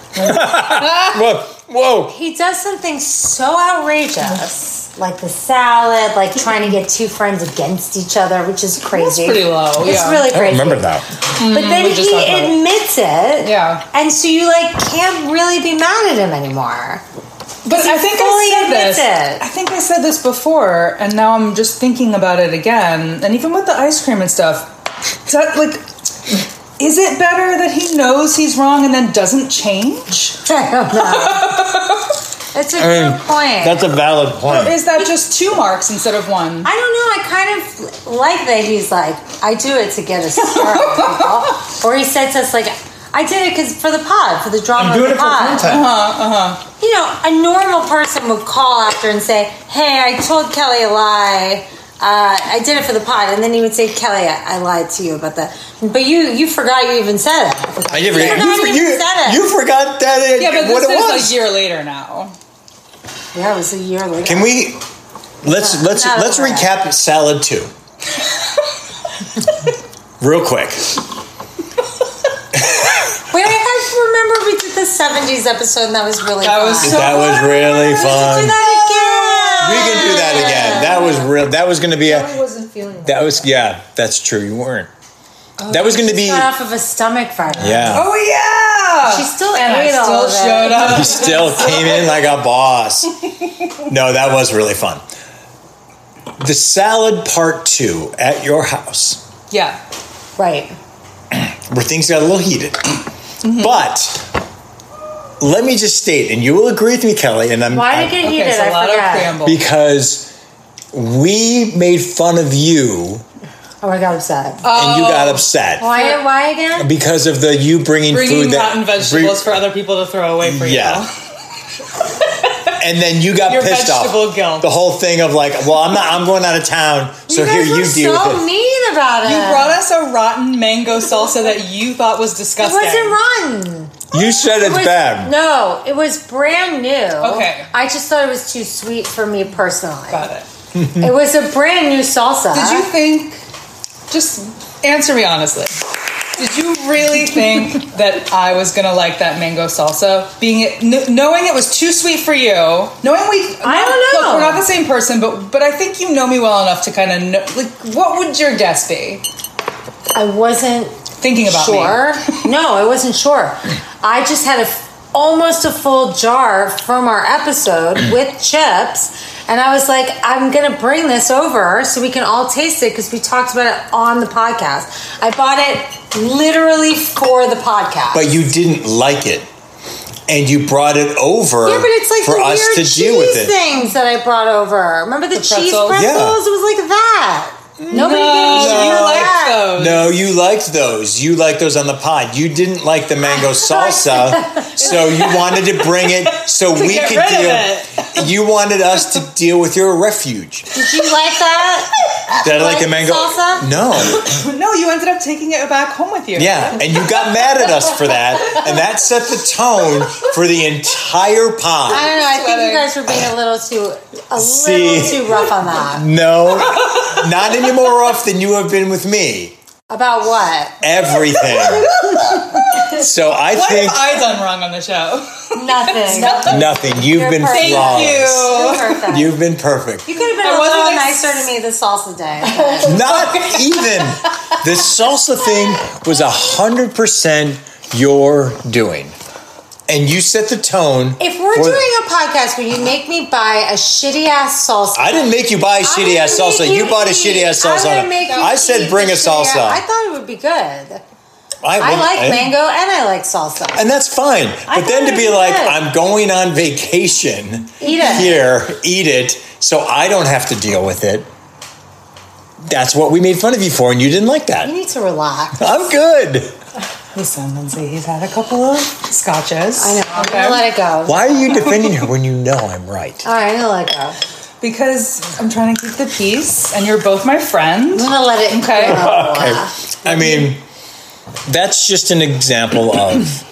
whoa whoa He does something so outrageous, like the salad, like trying to get two friends against each other, which is crazy. pretty low, It's yeah. i really don't crazy. remember that But then we just he talked about it. admits it. Yeah. And so you like can't really be mad at him anymore. but I think fully I said admits this it. I think I said this before and now I'm just thinking about it again and even with the ice cream and stuff is that like is it better that he knows he's wrong and then doesn't change I don't know. it's a mean, good point. that's a valid or point is that just two marks instead of one I don't know. I kind of like that he's like, I do it to get a star. people." or he said to us like, I did it because for the pod, for the drama i'm doing it of the for pod. Uh-huh, content you know, a normal person would call after and say, "Hey, I told Kelly a lie. Uh, I did it for the pod," and then he would say, "Kelly, I, I lied to you about that." But you, you forgot you even said it. I never, you, forgot you you, even said it. you forgot that it, yeah but what this it was is a year later now Yeah, it was a year later. Can we let's let's not let's over it. recap salad two. Real quick. Wait, I have to remember we did the '70s episode, and that was really That fun. was so- that was really Do fun. that We again. can do that again. That was real that was gonna be I a wasn't feeling that. that was yeah, that's true. You weren't. That was gonna be Got Oh, off of a stomach virus. Yeah. oh yeah She still and I ate all still of it. showed up You still came in like a boss. No, that was really fun. The salad part two at your house. yeah Right. where things got a little heated. Mm-hmm. But let me just state, and you will agree with me, Kelly, and I'm, Why I'm- did it get Okay, heated? it's a I lot forgot. of preamble. because we made fun of you oh, I got upset. Uh, and you got upset Oh. why? Why again? because of the you bringing, Bringing food that rotten vegetables for other people to throw away for you. yeah. And then you got Your pissed vegetable off. guilt. The whole thing of like, well, I'm not. I'm going out of town, so guys here were you deal so with it. mean about it. You brought us a rotten mango salsa that you thought was It disgusting. wasn't rotten. You said It it's was- bad. No, it was brand new. Okay. I just thought it was too sweet for me personally. Got it. It was a brand new salsa. Did you think? Just answer me honestly. Did you really think that I was gonna like that mango salsa? Being it, kn- knowing it was too sweet for you, knowing we, I don't know. Look, we're not the same person, but but I think you know me well enough to kind of know. Like, what would your guess be? I wasn't Thinking about me. sure. no, I wasn't sure. I just had a f- almost a full jar from our episode with chips. And I was like, I'm gonna bring this over so we can all taste it because we talked about it on the podcast. I bought it literally for the podcast. but you didn't like it, and you brought it over yeah, but it's like for the us weird to cheese deal with it. things that I brought over. Remember the, cheese pretzels? pretzels? Yeah. It was like that. Nobody No, gave a shit you about liked that. those. No, you liked those. You liked those on the pod. You didn't like the mango salsa, so you wanted to bring it so we get could rid of deal. You wanted us to deal with your refuge. Did you like that? Did I like Like the mango salsa? No. No, you ended up taking it back home with you. Yeah, and you got mad at us for that, and that set the tone for the entire I pod. don't know. I think you Sweater. guys were being a little too a See. little too rough on that. No, not any more off than you have been with me. About what? Everything. So I What think have I done wrong on the show? Nothing. nothing. You've You're been perfect. Thank flawless. You're perfect. You, You've been perfect. could have been I a wasn't little ex- nicer to me this salsa day. but- Not even. The salsa thing was a hundred percent your doing, and you set the tone. If we're for- doing a podcast where you make me buy a shitty ass salsa, I didn't make you buy a I'm shitty ass gonna salsa. make You bought a eat- shitty ass I'm salsa. gonna make you I eat said bring a the shitty ass- salsa. I thought it would be good. I would- like I- mango and I like salsa. And that's fine. I But then thought to it be was like, good. I'm going on vacation Eat it. here, eat it, so I don't have to deal with it. That's what we made fun of you for, and you didn't like You that. need to relax. I'm good. Listen, Lindsay, he's had a couple of scotches. I know. I'm gonna let it go. Why are you defending her when you know I'm right? All right, I'm gonna let it go. Because I'm trying to keep the peace, and you're both my friends. I'm gonna let it Okay. go. Okay. I mean, that's just an example of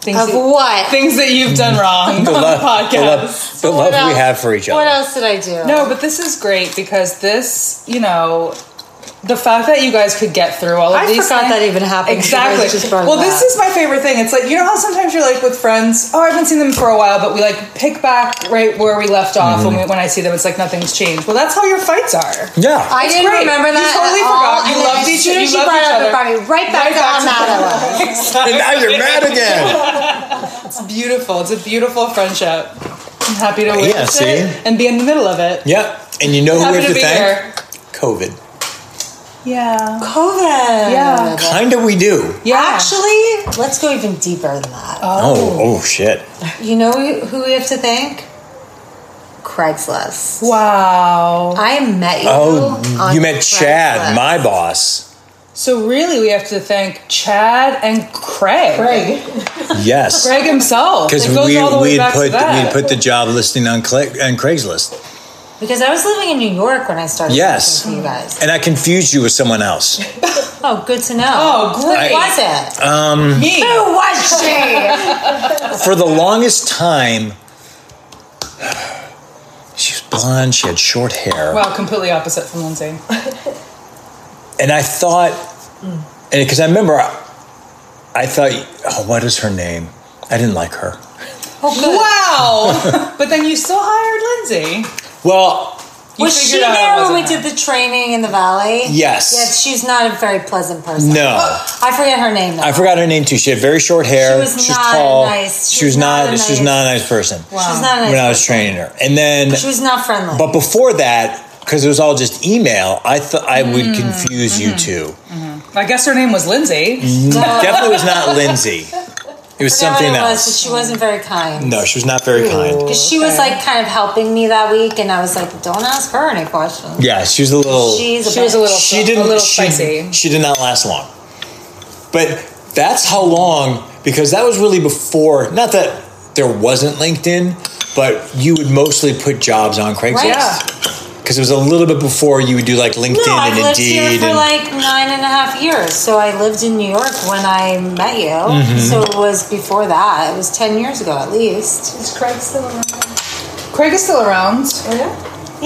Things, Of that- what? things that you've done wrong the on love, the podcast. the love, the What love we else- have for each What other. else did I do? No, but this is great because this, you know, the fact that you guys could get through all of I these. forgot things- that even happened. You Exactly. guys just brought it Well, this up. is my favorite thing. It's like you know how sometimes you're like with friends. Oh, I haven't seen them for a while, but we like pick back right where we left off when we, when I see them. It's like nothing's changed. Well, that's how your fights are. Yeah. I It's didn't great. remember You that. totally at all. forgot. You And then loved as each- soon you as she loved brought each it up, it other. brought me right back to Right back how to- mad I was. and now you're mad again. It's beautiful. It's a beautiful friendship. I'm happy to witness see? it and be in the middle of it. Yeah, and you know who we happy have to to be thank? here. COVID. Yeah. COVID. Yeah. Kinda we do. Yeah. Actually, let's go even deeper than that. Oh, oh shit. You know who who we have to thank? Craigslist. Wow. I met you. Oh, on you met Chad, Craigslist. my boss. So really, we have to thank Chad and Craig. Craig. Yes, Craig himself. because It goes we all the way we back to put that. we put the job listing on Cla- on Craigslist, because I was living in New York when I started. Yes. working for you guys. and I confused you with someone else. Oh, good to know. Oh, great. Uh, Who was it? me. who was she? For the longest time, she was blonde. She had short hair, Wow, completely opposite from Lindsay. and I thought, Mm. and because I remember, I, I thought, oh, what is her name? I didn't like her. Oh, good. Wow. but then you still hired Lindsay. Well, You was she figured out it there when wasn't we her. did the training in the valley? Yes. Yes, she's not a very pleasant person. No. I forget her name though. I forgot her name too. She had very short hair. She was She's not tall. nice. She was not. She was nice. not a nice person. She was not a nice when I was person. training her, and then She was not friendly. but before that, because it was all just email, I thought I Mm, would confuse mm-hmm. you 2 I guess her name was Lindsay. Definitely was not Lindsay. It was Forget what something it was, else. but she wasn't very kind. No, she was not very kind. 'Cause she was Okay. like kind of helping me that week, and I was like, "Don't ask her any questions." Yeah, she was a little. She's a She was a bitch. little, she didn't. a little she, spicy. She did not last long. But that's how long because that was really before. Not that there wasn't LinkedIn, but you would mostly put jobs on Craigslist. Right. Yeah. because it was a little bit before you would do like LinkedIn No, I've and lived here Indeed. for and, like nine and a half years. So I lived in New York when I met you. Mm-hmm. So it was before that. It was ten years ago at least. Is Craig still around? Craig is still around. Oh, yeah.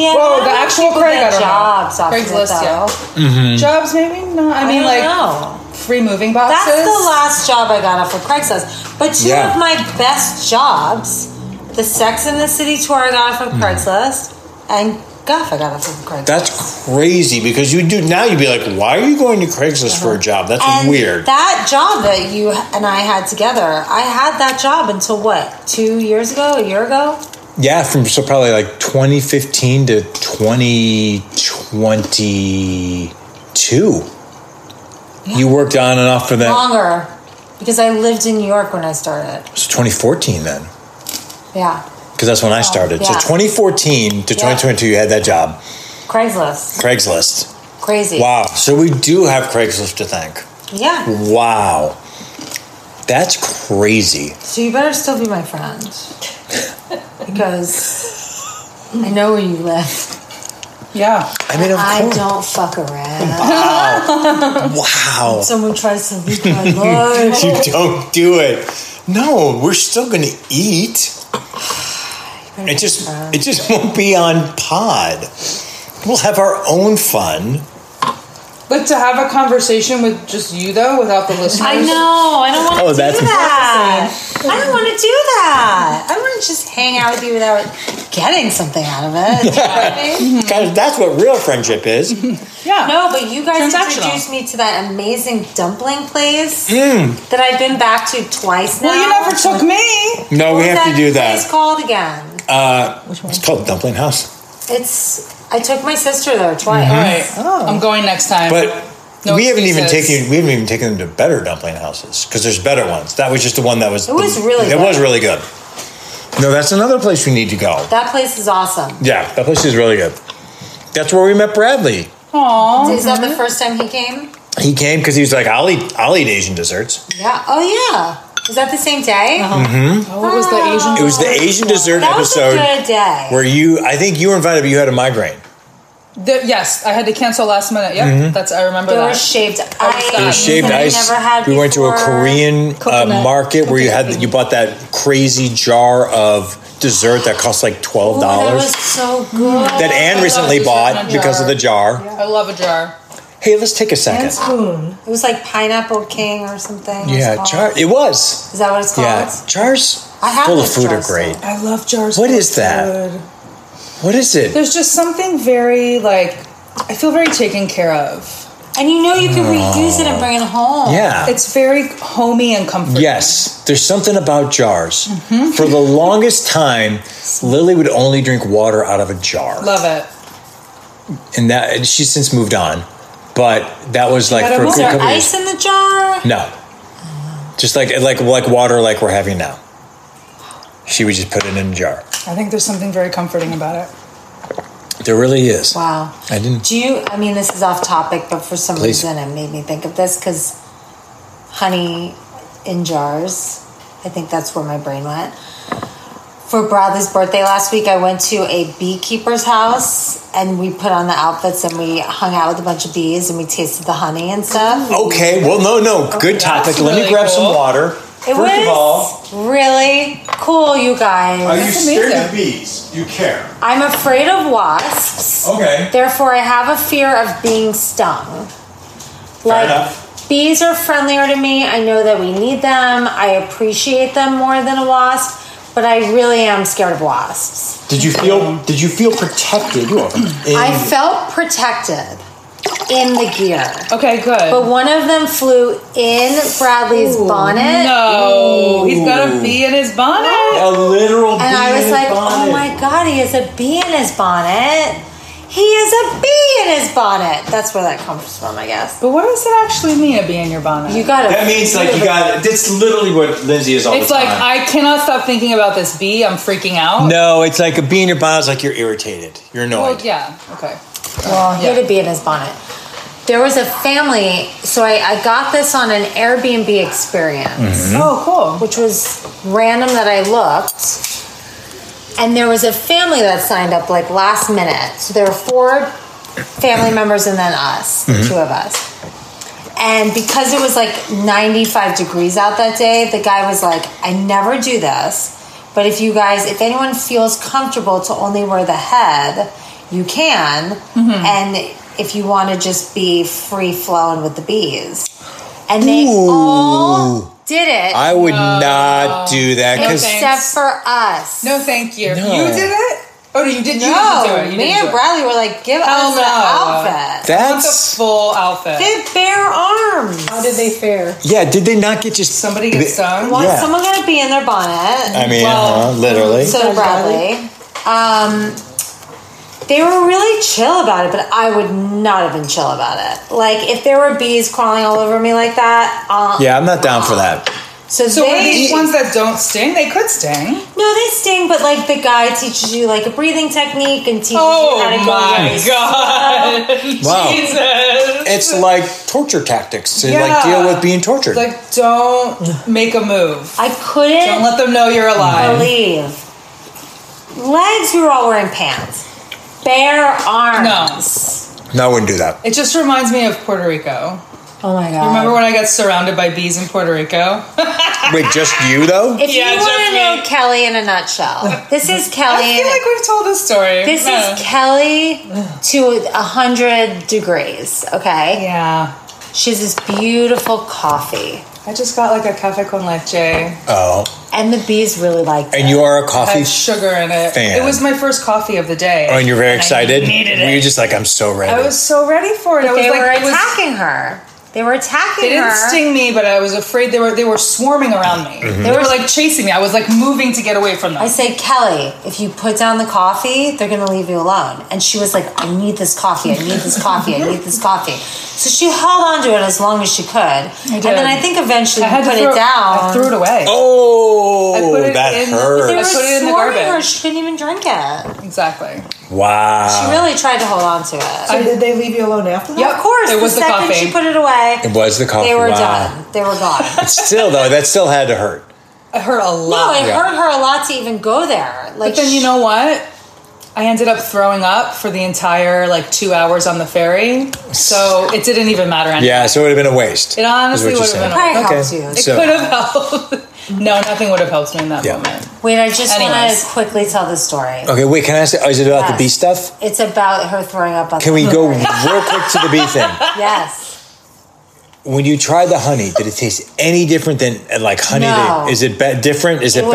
Yeah. Whoa, not the many actual people Craig, get I don't know. jobs off of it, Craigslist, Mm-hmm. though. yeah. Jobs, maybe? No, I I mean, don't like know. three moving boxes. That's the last job I got off of Craigslist. But two Yeah. of my best jobs, the Sex in the City tour I got off of Hmm. Craigslist, and Guff I got off of Craigslist. That's crazy because you do now. You'd be like, why are you going to Craigslist for a job? That's Uh-huh. and weird. That job that you and I had together, I had that job until what? Two years ago? A year ago? yeah, from so probably like 2015 to 2022. You worked on and off for that. Longer. Because I lived in New York when I started. So 2014 then, Yeah. because that's when I started. So Oh, yeah. 2014 to 2022, you had that job, Craigslist. Craigslist. Crazy. Wow. So we do have Craigslist to thank. Yeah. Wow. That's crazy. So you better still be my friend. Because I know where you live. yeah. I mean, of I course. don't fuck around. Wow. Someone tries to leak my life. you don't do it. No, we're still going to eat. It just Uh-huh. it just won't be on pod. We'll have our own fun. But to have a conversation with just you though, without the listeners. I know. I don't want to Oh, do that's- that. I don't want to do that. I want to just hang out with you without getting something out of it. You know what I mean? 'Cause that's what real friendship is. Mm-hmm. Yeah. No, but you guys Transactional. introduced me to that amazing dumpling place Hmm. that I've been back to twice now. Well, you never took me. No, Oh, we What have to was do Place that. called again. Uh, it's called Dumpling House. It's. I took my sister there twice. All Mm-hmm. right. I'm going next time. But No we haven't even excuses. taken we haven't even taken them to better dumpling houses because there's better ones. That was just the one that was. It was the- really It good. was really good. No, that's another place we need to go. That place is awesome. Yeah, that place is really good. That's where we met Bradley. Aw. Is that the first time he came? He came because he was like, I'll eat, I'll eat Asian desserts. Yeah. Oh yeah. Was that the same day? Oh, it was the Asian. It was the Asian dessert Oh, That was a Mm-hmm. episode good day. where you, I think you were invited, but you had a migraine. The- yes, I had to cancel last minute. Yep, Mm-hmm. that's I remember there that. were shaved ice. There There was shaved that I ice. Uh, Never had we went to a before. Korean uh, Coconut. market where you had, Coconut. you bought that crazy jar of dessert that cost like twelve Ooh, that was dollars. so good. That Anne love recently dessert bought in a because of jar. the jar. I love a jar. Hey, let's take a second. And spoon. It was like Pineapple King or something. it's yeah, called. jar. It was. Is that what it's called? Yeah, jars I have full of those food are jars still. great. I love jars. What full is of that? food. What is it? There's just something very like I feel very taken care of. And you know you can reuse it and bring it home. yeah, It's very homey and comforting. Ah. Yes, there's something about jars. Mm-hmm. For the longest time, Lily would only drink water out of a jar, Love it. and that and she's since moved on. But that was like gotta for a move good Was there couple years. ice in the jar? No, just like like like water, like we're having now. She would just put it in a jar. I think there's something very comforting about it. There really is. Wow. I didn't. Do you? I mean, this is off topic, but for some Mm. Please. reason it made me think of this because honey in jars. I think that's where my brain went. For Bradley's birthday last week, I went to a beekeeper's house and we put on the outfits and we hung out with a bunch of bees and we tasted the honey and stuff. Okay. Well, no, no. Good topic. Let me really grab cool. some water. It First of all, was really cool, you are guys. you That's scared of amazing. bees? You care? I'm afraid of wasps. Okay. Therefore, I have a fear of being stung. Like, enough. bees are friendlier to me. I know that we need them. I appreciate them more than a wasp, but I really am scared of wasps. Did you feel? Did you feel protected? You are. I felt protected in the gear, Okay, good. but one of them flew in Bradley's bonnet. no, he's got a bee in his bonnet. A literal bee And I in was his like, oh bonnet. my god, he has a bee in his bonnet. He has a bee in his bonnet. That's where that comes from, I guess. But what does it actually mean, a bee in your bonnet? You got to That means like you got. That's literally what Lindsay is all it's the like time. I cannot stop thinking about this bee. I'm freaking out. no, it's like a bee in your bonnet. It's like you're irritated. You're annoyed. Well, yeah. Okay. Well, he had Yeah. a bee in his bonnet. There was a family, so I, I got this on an Airbnb experience, Hmm? Oh, cool. which was random that I looked. And there was a family that signed up like last minute. So there were four family members and then us, Mm-hmm. the two of us. And because it was like 95 degrees out that day, the guy was like, I never do this. But if you guys, if anyone feels comfortable to only wear the head, you can. And if you want to just be free flowing with the bees. and they Ooh. all did it I would not do that because Okay. except for us. No, thank you. No. You did it? Oh, no, you did. you didn't do No, it. me You didn't do and it. Bradley were like, give Hell us no. the outfit. I want the that's full outfit. they have bare arms. How did they fare? yeah. Did they not get just Somebody gets stung. One, Yeah. someone got to be in their bonnet. I mean, Well, uh, literally. so did Bradley. Um, they were really chill about it, but I would not have been chill about it. Like if there were bees crawling all over me like that. Uh, yeah, I'm not down for that. So, So are they these ones that don't sting? They could sting. no, they sting, but like the guy teaches you like a breathing technique and teaches Oh you how to go my very slow. god! Wow. Jesus. It's like torture tactics to like Yeah. deal with being tortured. Like, don't make a move. I Don't couldn't let them know you're alive. believe. Legs, we were all wearing pants. Bare arms. no, I wouldn't do that. It just reminds me of Puerto Rico. Oh my god. Remember when I got surrounded by bees in Puerto Rico? Wait, just you though? If Yeah, you just want to me. know Kelly in a nutshell, this is Kelly. I feel like we've told this story. this No. is Kelly to a hundred degrees. Okay, yeah. she has this beautiful coffee, I just got like a cafe con leche. Oh, and the bees really like. and you are a coffee. Had sugar in it. Fan. It was my first coffee of the day. Oh, and you're very I excited. needed it. You're just like I'm so ready. I was so ready for it. I But was they like, were it was- attacking her. They were attacking They didn't her. sting me, but I was afraid they were they were swarming around me. Mm-hmm. They were like chasing me. I was like moving to get away from them. I say, Kelly, if you put down the coffee, they're gonna leave you alone. And she was like, I need this coffee, I need this coffee, I need this coffee. So she held on to it as long as she could. And did. then I think eventually I we put throw, it down. I threw it away. I oh, put it that in- They I were hurts. put it in the swarming garbage. her. She couldn't even drink it. Exactly. Wow. She really tried to hold on to it. So did they leave you alone after that? Yep. Of course, It was the, the second coffee. she put it away, It was the coffee. they were wow. done. They were gone. Still though, that still had to hurt. I hurt a no, lot. it Yeah. hurt her a lot to even go there. Like but then you know what? I ended up throwing up for the entire like two hours on the ferry, so it didn't even matter anymore. Yeah, so it would have been a waste. It honestly is what would you're have been. saying. A- probably Okay. helped you. it So- could have helped. no, nothing would have helped me in that Yeah. moment. Wait, I just want Anyways. to quickly tell the story. Okay, wait. Can I ask? Is it about the Yes. bee stuff? It's about her throwing up on Can the we go floor. real quick to the bee thing? Yes. When you tried the honey, did it taste any different than uh, like honey? No. that- Is it be- different? Is it, was-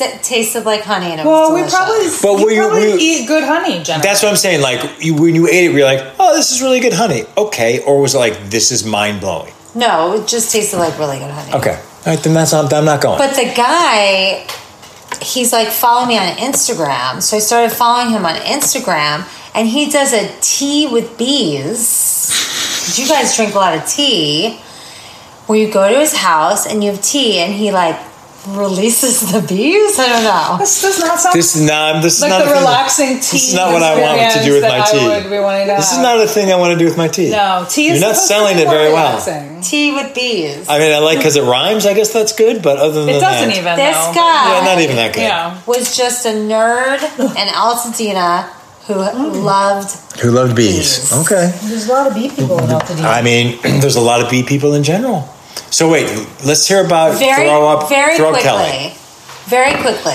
better? it tasted like honey and it Well, we was delicious. probably But you were you- probably were you- eat good honey, Jenna. That's what I'm saying. Like you, when you ate it, we were like, "Oh, this is really good honey." Okay, or was it like, "This is mind blowing"? No, it just tasted like really good honey. Okay, all right, then that's not. I'm not going. But the guy, he's like, follow me on Instagram. So I started following him on Instagram and he does a tea with bees. You guys drink a lot of tea where you go to his house and you have tea and he like releases the bees. I don't know. This does not sound this is not. This is like not the a thing- relaxing tea. This is not what I wanted to do with my experience that I would tea. be wanting to This is have. not a thing I want to do with my tea. No, tea is You're not supposed selling to be it more very well. relaxing. Tea with bees. I mean, I like because it rhymes. I guess that's good, but other than It doesn't that, even. This though. guy. yeah, not even that good. Yeah. was just a nerd in Altadena who loved. Who loved bees? Okay. There's a lot of bee people in Altadena. I mean, there's a lot of bee people in general. So wait, let's hear about Very, throw up, very throw quickly. Kelly. Very quickly.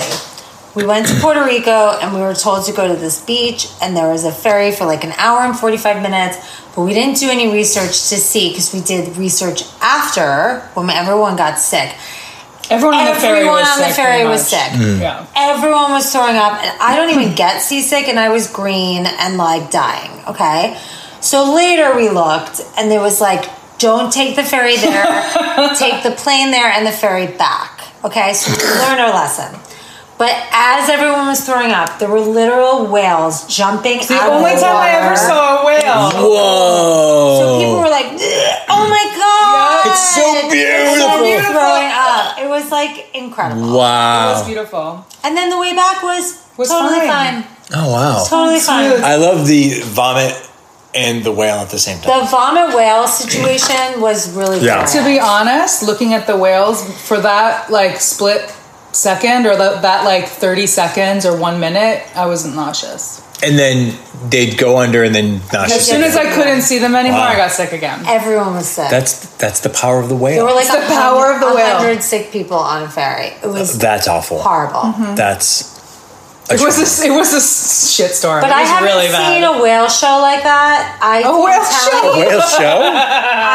We went to Puerto Rico and we were told to go to this beach, and there was a ferry for like an hour and 45 minutes, but we didn't do any research to see because we did research after when everyone got sick. Everyone on the ferry Everyone was on sick. the ferry pretty was much. sick. Mm. Yeah. Everyone was throwing up, and I don't even get seasick, and I was green and like dying. Okay. So later we looked, and there was like, don't take the ferry there, take the plane there and the ferry back. Okay. So we learned our lesson. But as everyone was throwing up, there were literal whales jumping The out only of the time I water. ever saw a whale. So people Whoa! were like, oh my God. Yeah. It's so And then beautiful. you're throwing up. It was like incredible. It was wow! beautiful. And then the way back was, Was totally fine. fine. Oh wow! Totally fine. Smooth. I love the vomit and the whale at the same time. The vomit whale situation was really Yeah. bad. To be honest, looking at the whales for that like split second or that, that like 30 seconds or one minute, I was nauseous. And then they'd go under, and then not As soon as I couldn't see them anymore, Wow. I got sick again. everyone was sick. That's that's the power of the there were whale. like It's the power of the whale. hundred sick people on a ferry. It was Mm-hmm. That's awful. horrible. That's a It was trend. a, it was a shit storm. But it I was haven't really seen bad. a whale show like that. I A whale show? whale show?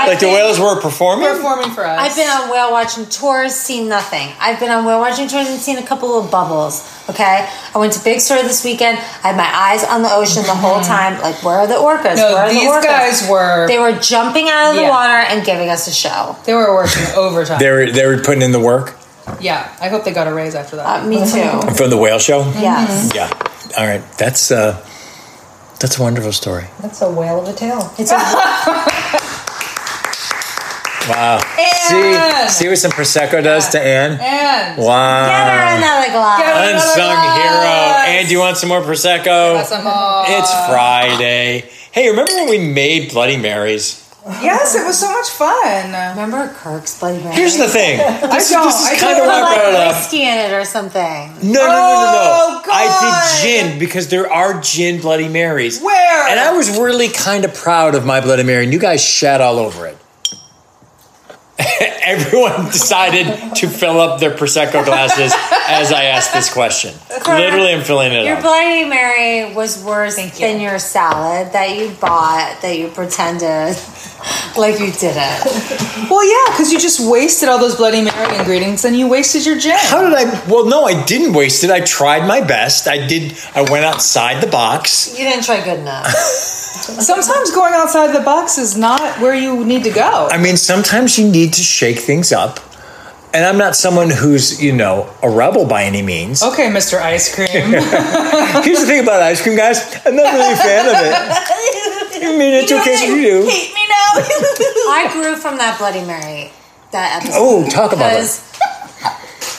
Like the whales were performing? performing for us. I've been on whale watching tours, seen nothing. I've been on whale watching tours and seen a couple of bubbles. Okay, I went to Big Sur this weekend. I had my eyes on the ocean the whole time. Like, where are the orcas? Mm-hmm. No, where are these the orcas? guys were- They were jumping out of the Yeah. water and giving us a show. They were working overtime. They were, they were putting in the work yeah, I hope they got a raise after that. Uh, me too. from the whale show? yes, Yeah. All right. That's uh, that's a wonderful story. That's a whale of a tale. it's a, Wow. See, Anne! see what some prosecco does to Anne. and get her Wow. another glass. Get her- Unsung hero. Yes. And do you want some more prosecco? that's them all. It's Friday. Hey, remember when we made Bloody Marys? yes, it was so much fun. Remember Kirk's Bloody Mary? Here's the thing. This, I don't- This I is kind of don't why I brought it like up. whiskey in it or something. No, no, no, no, Oh, no. I God. did gin because there are gin Bloody Marys. Where? And I was really kind of proud of my Bloody Mary, and you guys shat all over it. Everyone decided to fill up their prosecco glasses as I asked this question. Literally, I'm filling it Your up. Bloody Mary was worse than your salad that you bought that you pretended like you didn't. Well, yeah, because you just wasted all those Bloody Mary ingredients and you wasted your gin. How did I? Well, no, I didn't waste it. I tried my best. I did. I went outside the box. You didn't try good enough. Sometimes going outside the box is not where you need to go. I mean, sometimes you need to shake things up. And I'm not someone who's, you know, a rebel by any means. Okay, Mr. Ice Cream. Here's the thing about ice cream, guys. I'm not really a fan of it. I mean, it's okay if you do. Hate me now. I grew from that Bloody Mary that episode. Oh, talk about it. because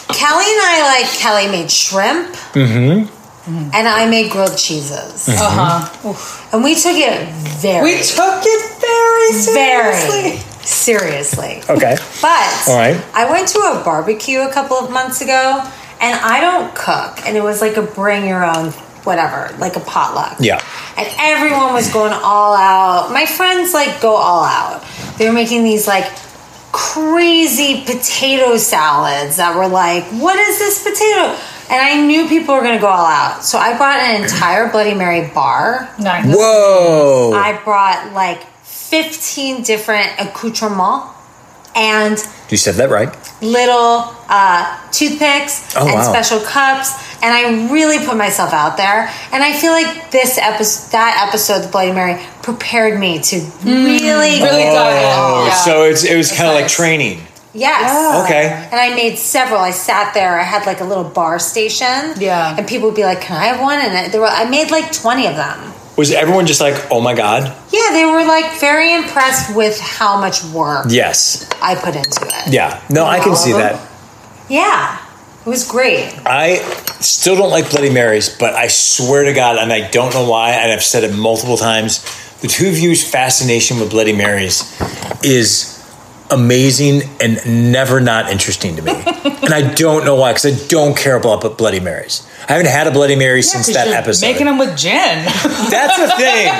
Kelly and I like Kelly made shrimp. Mm-hmm. And I made grilled cheeses. uh huh. And we took it very, We took it very seriously. very seriously. Okay. But All right. I went to a barbecue a couple of months ago, and I don't cook, and it was like a bring your own whatever, like a potluck. Yeah. And everyone was going all out. My friends like go all out. They were making these like crazy potato salads that were like, what is this potato? And I knew people were going to go all out. So I bought an entire Bloody Mary bar. Nice. Whoa. I brought like 15 different accoutrements and you said that right. little uh, toothpicks Oh, and wow. special cups and i really put myself out there and i feel like this episode that episode the bloody mary prepared me to Hmm. really Really dialed in. Oh, Yeah. so it's it was kind of like nice. training. yes Okay. and i made several i sat there i had like a little bar station Yeah. and people would be like can i have one and I, there were, I made like 20 of them Was everyone just like, oh my god? yeah they were like very impressed with how much work Yes. i put into it Yeah. No, I can see that. yeah it was great I still don't like Bloody Marys, but I swear to God, and I don't know why, and I've said it multiple times, the two of you's fascination with Bloody Marys is amazing and never not interesting to me. and I don't know why, because I don't care about Bloody Marys. I haven't had a Bloody Mary since that episode. Making them with gin. That's the thing.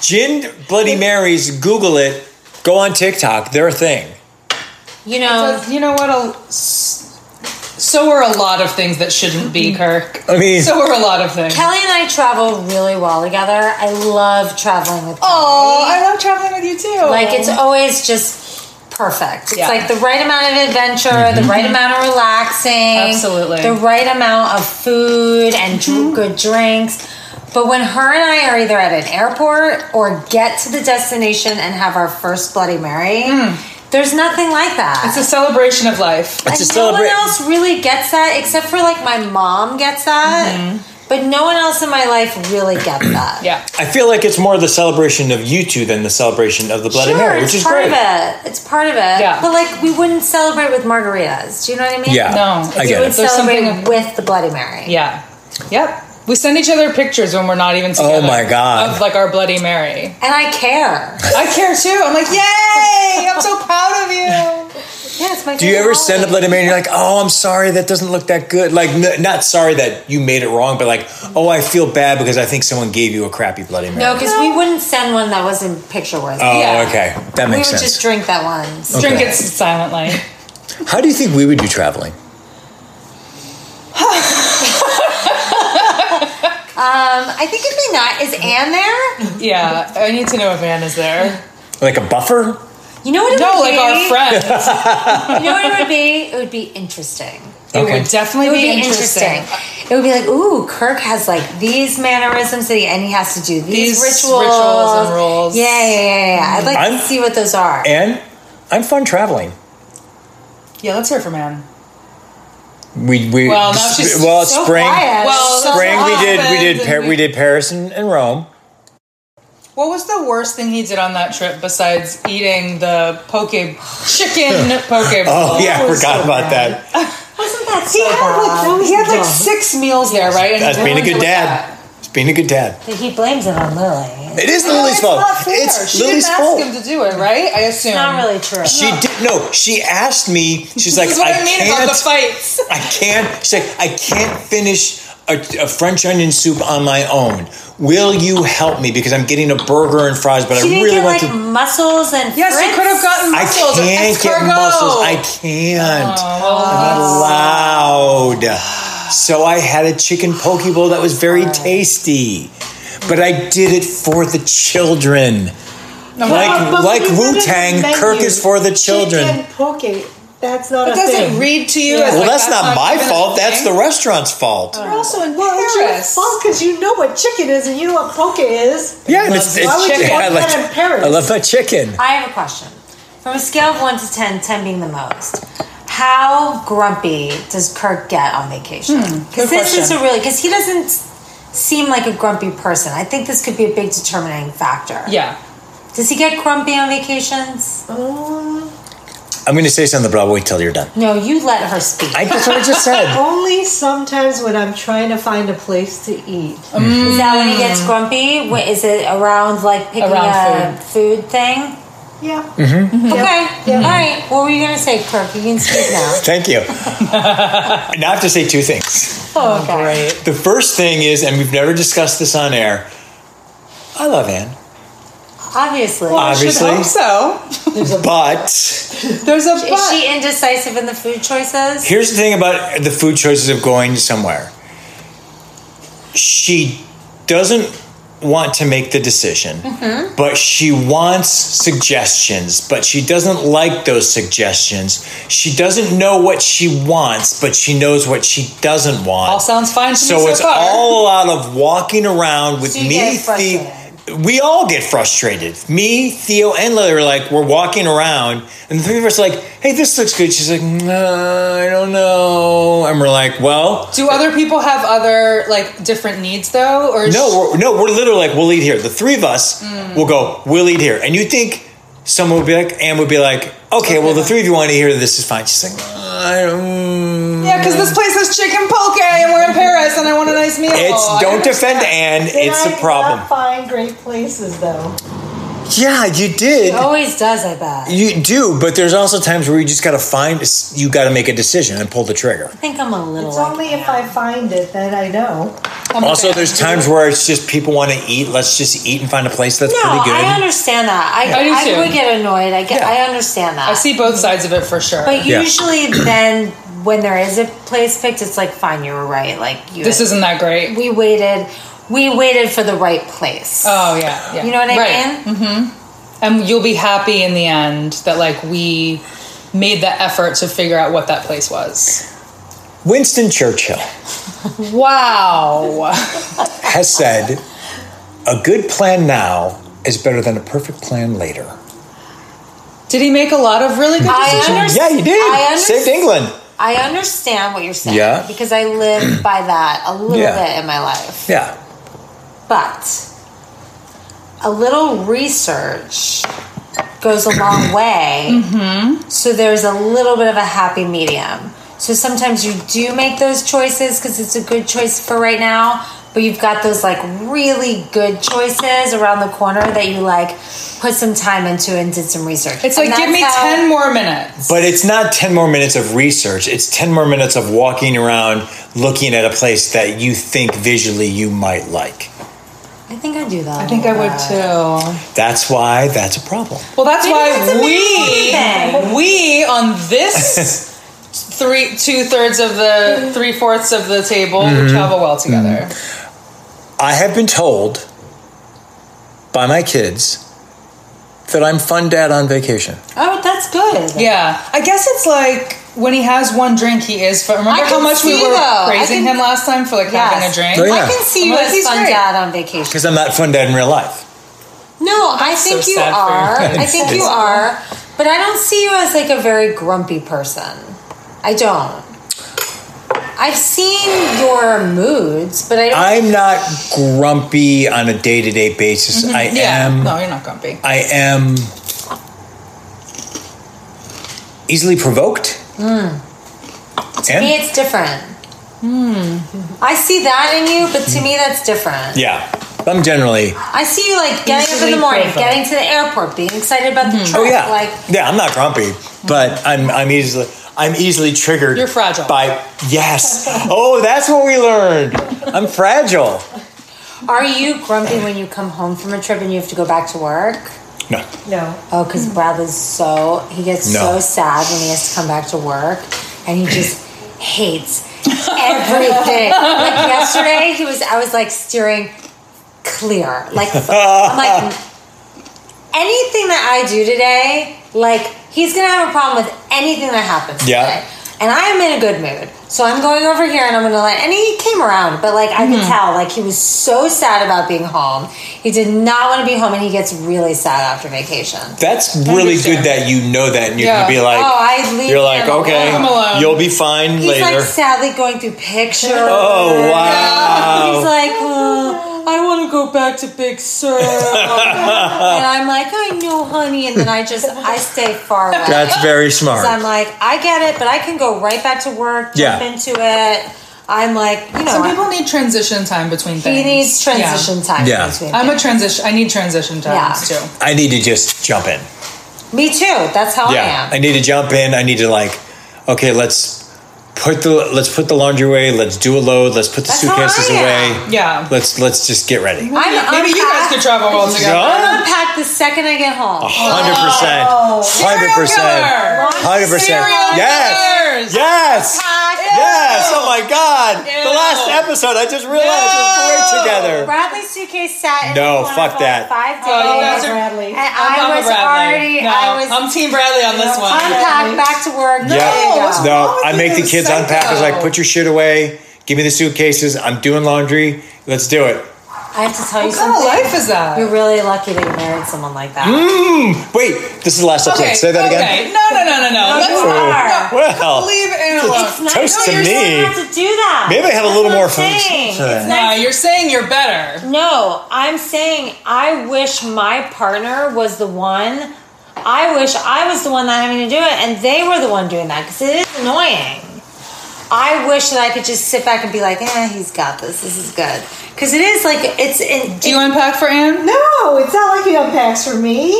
Gin Bloody Marys, Google it, go on TikTok, they're a thing. you know Because you know what? a- s- So are a lot of things that shouldn't be, Kirk. I mean- so are a lot of things. Kelly and I travel really well together. I love traveling with Kelly. Oh, I love traveling with you too. Like it's always just perfect. It's Yeah. like the right amount of adventure, the right amount of relaxing, Absolutely. the right amount of food and dr- good drinks. But when her and I are either at an airport or get to the destination and have our first Bloody Mary, there's nothing like that. it's a celebration of life. It's a and celebra- No one else really gets that, except for like my mom gets that. Mm-hmm. But no one else in my life really gets that. Yeah. I feel like it's more the celebration of you two than the celebration of the Bloody sure, Mary, it's which is part great. of it. It's part of it. Yeah. But like we wouldn't celebrate with margaritas. Do you know what I mean? Yeah. No, I it's- We get would it. There's celebrate something- with the Bloody Mary. Yeah. Yep. We send each other pictures when we're not even together. Oh my God. Of like our Bloody Mary. And I care. I care too. I'm like, yay! I'm so proud of you. Yeah, it's my Do you ever send a Bloody Mary and you're like, oh, I'm sorry, that doesn't look that good? Like, n- not sorry that you made it wrong, but like, oh, I feel bad because I think someone gave you a crappy Bloody Mary. No, because we wouldn't send one that wasn't picture worthy. oh, yeah. okay. That we would makes sense. just drink that one. Drink Okay. it silently. How do you think we would do traveling? Um, I think it'd be nice. Is Anne there? Yeah, I need to know if Anne is there. Like a buffer? You know what it No, would like be? our friends. You know what it would be? It would be interesting. It Okay. would definitely It would be, be interesting. interesting. It would be like, ooh, Kirk has like these mannerisms that he, and he has to do these, These rituals. rituals and rules. Yeah, yeah, yeah, yeah, yeah. I'd like I'm- to see what those are. And I'm fun traveling. Yeah, let's hear from Anne. We we Well, now she's well, it's so spring. quiet. Well, So Spring we quiet. did we did And Par- we- we did Paris and, and Rome. What was the worst thing he did on that trip besides eating the poke chicken poke bowl? Oh yeah, I was forgot so about bad. that. Wasn't that He so had like bad? no, he had like Dumb. six meals there, right? And he That's being a ruined it good with dad. It's being a good dad. But He blames it on Lily. It is that. No, Lily's it's fault. not fair. It's she Lily's didn't ask fault. him to do it, right? I assume. It's not really true. She did no. She asked me. She's like, this is what I, I, mean can't. about the fights. I can't. She's like, I can't finish a, a French onion soup on my own. Will you help me? Because I'm getting a burger and fries, but She I didn't really get want like to. mussels and Yes, you Fritz. could have gotten I muscles. Oh. or can't get escargot. muscles. I can't. I'm not allowed. So I had a chicken poke bowl that was very tasty, but I did it for the children. No, Like- but like we read Wu-Tang, it in the Kirk menu. is for the children. Chicken poke. That's not it a doesn't thing. read to you. Yeah. As Well, like, that's, not my even a fault. That's the thing. restaurant's fault. You're also in Well, it's your fault because you know what chicken is and you know what poke is. Yeah, and it's, Why it's would you chicken. want I, like, that in Paris? I love my chicken. I have a question. From a scale of 1 to 10, 10 being the most, how grumpy does Kirk get on vacation? Because good this is question. a really, because he doesn't s- seem like a grumpy person. I think this could be a big determining factor. Yeah. Does he get grumpy on vacations? Um, I'm going to say something, but I'll wait till you're done. No, you let her speak. I, that's what I just said. only sometimes when I'm trying to find a place to eat. is that when he gets grumpy? Wh- Is it around like picking Around a food, Hmm. thing? Yeah. Okay. All right. What were you going to say, Kirk? You can speak now. Thank you. now I have to say two things. oh, okay. The first thing is, and we've never discussed this on air, I love Anne, Obviously. obviously. Should hope so. But There's a but. Is she indecisive in the food choices? here's the thing about the food choices of going somewhere she doesn't want to make the decision but she wants suggestions but she doesn't like those suggestions she doesn't know what she wants but she knows what she doesn't want all sounds fine to so me so it's far. all a lot of walking around with So you me, get Theo. frustrated. We all get frustrated. Me, Theo, and Lily are like, we're walking around, and the three of us are like, hey, this looks good. She's like, nah, I don't know. And we're like, well, Do other people have other like different needs though, or is she- no, we're, no, we're literally like, we'll eat here. The three of us will go, we'll eat here. And you think someone would be like, Anne would be like, okay, well, the three of you want to eat here, this is fine. She's like, I don't. yeah, because this place has chicken poke, and we're in Paris, and I want a nice meal. It's I don't defend understand. Anne. Did It's I a problem. Not find great places though. Yeah, you did. Always does, I bet. You do, but there's also times where you just got to find, you got to make a decision and pull the trigger. Oh, I think I'm a little. It's like only if that. I find it that I know. I'm Also, okay. there's times where it's just people want to eat. Let's just eat and find a place that's No, pretty good. I understand that. I, I do I, too. would get annoyed. I get. I understand that. I see both sides of it for sure. But Yeah. usually, then when there is a place picked, it's like, fine, you were right. Like you. this isn't that great. We waited. We waited for the right place. Oh yeah, yeah. you know what I Right. Mm-hmm. mean? And you'll be happy in the end that like we made the effort to figure out what that place was. Winston Churchill Wow. has said, "A good plan now is better than a perfect plan later." Did he make a lot of really good I decisions? understand. Yeah, you did. I under- Saved England. I understand what you're saying. Yeah. Because I live by that a little Yeah. bit in my life. Yeah, But a little research goes a long way. Mm-hmm. So there's a little bit of a happy medium. So sometimes you do make those choices because it's a good choice for right now. But you've got those like really good choices around the corner that you like put some time into and did some research. It's And like give that's me how- ten more minutes. but it's not ten more minutes of research. It's ten more minutes of walking around, looking at a place that you think visually you might like. I think I do that. I think I would too. That's why that's a problem. Well, that's Maybe why that's a we man we on this Mm-hmm. three two thirds of the three fourths of the table travel well together. I have been told by my kids that I'm fun dad on vacation. Oh, that's good. Yeah, I guess it's like when he has one drink, he is. But remember I how can much we see, were though. I praising can- him last time for like having a Yes. drink. Oh, yeah. I can see you Well, as he's fun great. dad on vacation. Because I'm not fun dad in real life. No, I think so you sad for your are. kids. I think you are. But I don't see you as like a very grumpy person. I don't. I've seen your moods, but I don't. I'm not grumpy on a day to day basis. I Mm-hmm. Yeah, am. no, you're not grumpy. I am easily provoked. Mm. to me, And it's different. I see that in you, but to me, that's different. yeah, I'm generally. I see you like getting up in Easily the morning, provoked. getting to the airport, being excited about Hmm. the trip. Oh yeah, Like, yeah. I'm not grumpy, but I'm I'm easily I'm easily triggered. You're fragile. By yes. oh, that's what we learned. I'm fragile. are you grumpy when you come home from a trip and you have to go back to work? No. No. Oh, because Bradley's so he gets Hmm. No. so sad when he has to come back to work, and he just hates everything. like yesterday, he was I was like steering clear, like I'm like anything that I do today, like he's gonna have a problem with anything that happens Yeah. today. And I am in a good mood. So I'm going over here and I'm gonna let and he came around, but like I could Hmm. tell, like he was so sad about being home. He did not want to be home and he gets really sad after vacation. That's really good understand. that you know that, and you Yeah. can be like, Oh, I leave you're like, him okay, alone. alone. you'll be fine He's later. like sadly going through pictures. Oh wow! He's like, "Uh, I want to go back to Big Sur. and I'm like, I know, honey. And then I just, I stay far away. That's very 'Cause smart. I'm "Oh." like, I get it, but I can go right back to work, jump Yeah. into it. I'm like, you know, Some I- people need transition time between things. he needs transition time. Yeah. between Yeah. I'm a things. transition. I need transition times Yeah. too. I need to just jump in. Me too. That's how Yeah, I I am. need to jump in. I need to like, okay, let's put the let's put the laundry away. Let's do a load. Let's put the That's how suitcases I am. Oh away. Yeah. Let's let's just get ready. I'm Maybe you unpacked- guys could travel all together. Yeah. I'm unpacked the second I get home. Hundred percent. Hundred percent. Hundred percent. Serial Yes. killers. Yes. Yes. Oh my God! The Ew. last episode, I just realized we're great Oh, together. Bradley's suitcase sat in No, the corner fuck for that. five days. Oh, you guys are- Bradley. and I'm I Mama was Bradley. already, No, I was I'm Team Bradley on this one. unpacked back to work. Yeah. There you go. what's wrong No, with I make you, the kids unpack. I was like, psycho? put your shit away. Give me the suitcases. I'm doing laundry. Let's do it. I have to tell you What kind of something. life is that? You're really lucky that you married someone like that. Mm, Wait, this is the last episode. Say that again. Oh. Okay. No, no, no, no, no. Let's you are. Well, leave it It's alone. nice Toast to you're me. not have to do that. Maybe I had a That's little what more I'm fun. saying. It's Sorry. nice No, you're saying you're better. No, I'm saying I wish my partner was the one. I wish I was the one not having to do it, and they were the one doing that because it is annoying. I wish that I could just sit back and be like, "Eh, he's got this. This is good." Because it is like it's. It, Do you unpack for Anne? No, it's not like he unpacks for me.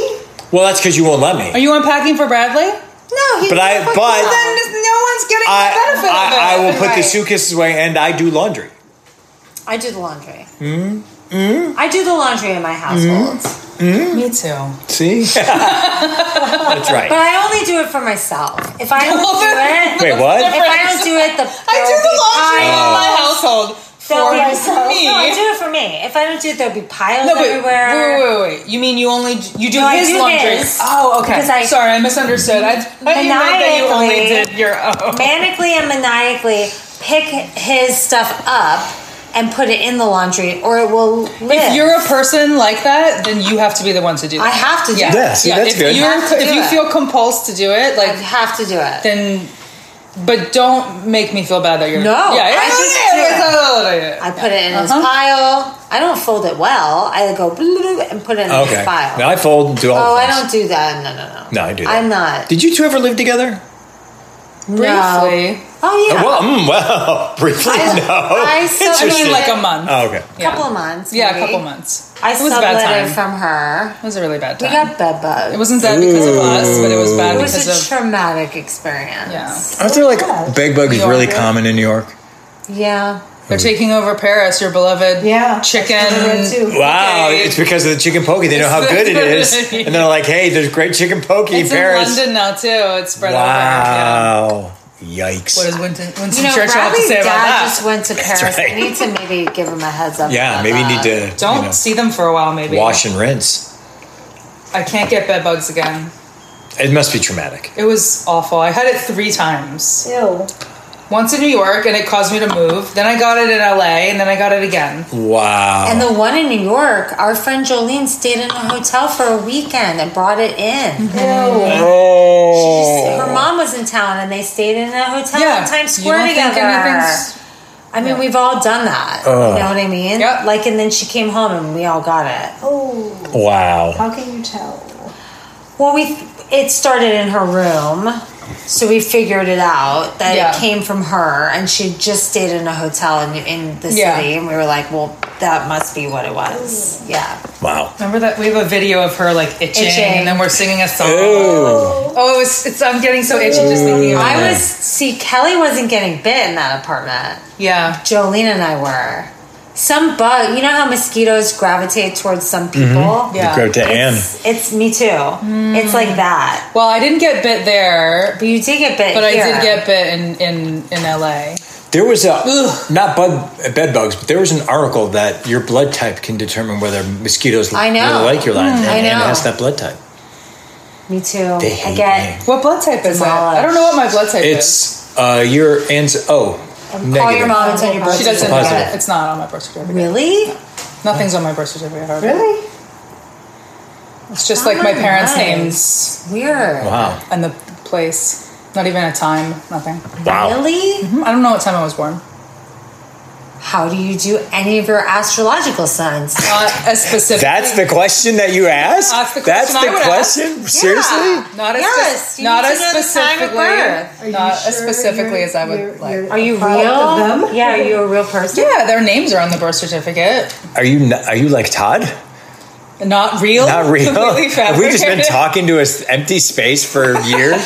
Well, that's because you won't let Are me. you unpacking for Bradley? no, he But I- fucking- but- Well, then just- no one's getting I, the benefit of it. I, I will put the Right. suitcases away and I do laundry. I do the laundry. Mm. Hmm? Mm. I do the laundry in my household, Me too. See? that's but right. I only do it for myself. If I don't Well, do then- it, Wait, if what? I don't do it, the I do the laundry in my household for There'll be- me. No, I do it for me. If I don't do it, there'll be piles No, but everywhere. Wait, wait, wait, wait. You mean you only you do No, I his do laundry? his. Oh, okay. Because I- Sorry, I misunderstood. I thought you meant that you only Maniacally- did your own. Manically and maniacally pick his stuff up and put it in the laundry, or it will live. If you're a person like that, then you have to be the one to do that. I have to do Yeah, it. Yeah, see, that's if good. You're, Have to if do you it. feel compulsed to do it, I like have to do it. then, but don't make me feel bad that you're. No, yeah, I yeah, just yeah, do it. yeah, yeah, yeah. I put it in his Uh-huh. pile. I don't fold it well. I go blue, blue, and put it in Okay. his pile. Now I fold and do all oh, the I things. don't do that. No, no, no. No, I do that. I'm not. Did you two ever live together? No. Briefly, Oh yeah. Well, mm, well, briefly, I- no. I so- I mean, I mean, Interesting. like a month. Oh, okay. a couple of months. yeah, a maybe. couple months. I it was a sublet bad time. it from her. it was a really bad We time. got bed bugs. It wasn't bad because of us, but it was bad It was a because of traumatic experience. yeah. Aren't there like bed bugs New York, really yeah. common in New York? Yeah. They're taking over Paris, your beloved Yeah. That's chicken. what I read, too. Wow, Okay. it's because of the chicken pokey. They know how good it is, and they're like, "Hey, there's great chicken pokey It's in Paris." in London now too. It's spread out. Wow, Yikes. What does Winston, Winston You know, Churchill have to Bradley's say dad about that? just went to Paris. right. I need to maybe give him a heads up. yeah, about maybe you need that. to Don't you know, see them for a while, maybe. wash and rinse. I can't get bed bugs again. It must be traumatic. It was awful. I had it three times. Ew. Once in New York, and it caused me to move. Then I got it in LA, and then I got it again. Wow. And the one in New York, our friend Jolene stayed in a hotel for a weekend and brought it in. Mm-hmm. Ew. oh. Her mom was in town and they stayed in a hotel Yeah, in Times you Square don't think together. anything's- I mean, we've all done that. Ugh. You know what I mean? Yep. Like, and then she came home and we all got it. Oh. wow. How can you tell? Well, we it started in her room, so we figured it out that Yeah. it came from her, and she had just stayed in a hotel in in the Yeah. city, and we were like, well, that must be what it was. Yeah. Wow. Remember that we have a video of her like itching, Itching. and then we're singing a song. Oh. Oh, it was, it's I'm getting so itchy just thinking about I it. was see Kelly wasn't getting bit in that apartment. Yeah, Jolene and I were. Some bug, you know how mosquitoes gravitate towards some people. yeah. Mm-hmm. Mm. Go to Anne. It's, it's me too. It's like that. Well, I didn't get bit there, But you did get bit. but I here. did get bit in in in LA. There was a not bud bed bugs, but there was an article that your blood type can determine whether mosquitoes I know. Mm, really like your line, and I Anne know. has that blood type. Me too. They hate I get. me. What blood type is it? I don't know what my blood type is. It's uh, your Anne's oh negative. Call your mom and tell your birth She doesn't know. Positive. certificate. It's not on my birth certificate. Really? Nothing's on my birth certificate. Hardly. Really? It's just like my Oh, parents' nice. names Weird. Wow, and the place. Not even a time. Nothing. wow. Really? I don't know what time I was born. How do you do any of your astrological signs? Not as specific. That's the question that you asked. That's the question I the would ask. question? Seriously? Yeah. Not as Yes, spec- you not need to as know the time of specifically. birth. Are you Not sure as specifically you're- as I you're- would like. you're- Are you real? Proud of them? Yeah, are you a real person? Yeah, their names are on the birth certificate. Are you n- are you like Todd? Not Oh, real. Not real. Completely Have we just been fabricated. talking to an empty space for years?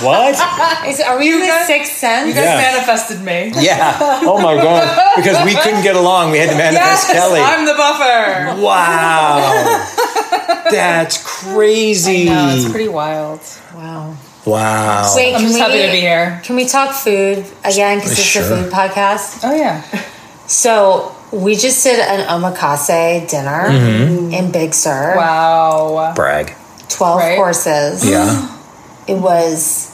what? Is, are we in the guys- sixth sense? You guys Yeah. manifested me. Yeah. Oh my god. Because we couldn't get along, we had to manifest Kelly. I'm the buffer. Wow. That's crazy. No, it's pretty wild. Wow. wow. Wait, I'm can just we, happy to be here. Can we talk food again? Because it's Sure. a food podcast. Oh yeah. So we just did an omakase dinner Mm-hmm. in Big Sur. Wow. Brag. Twelve Right. courses. Yeah. It was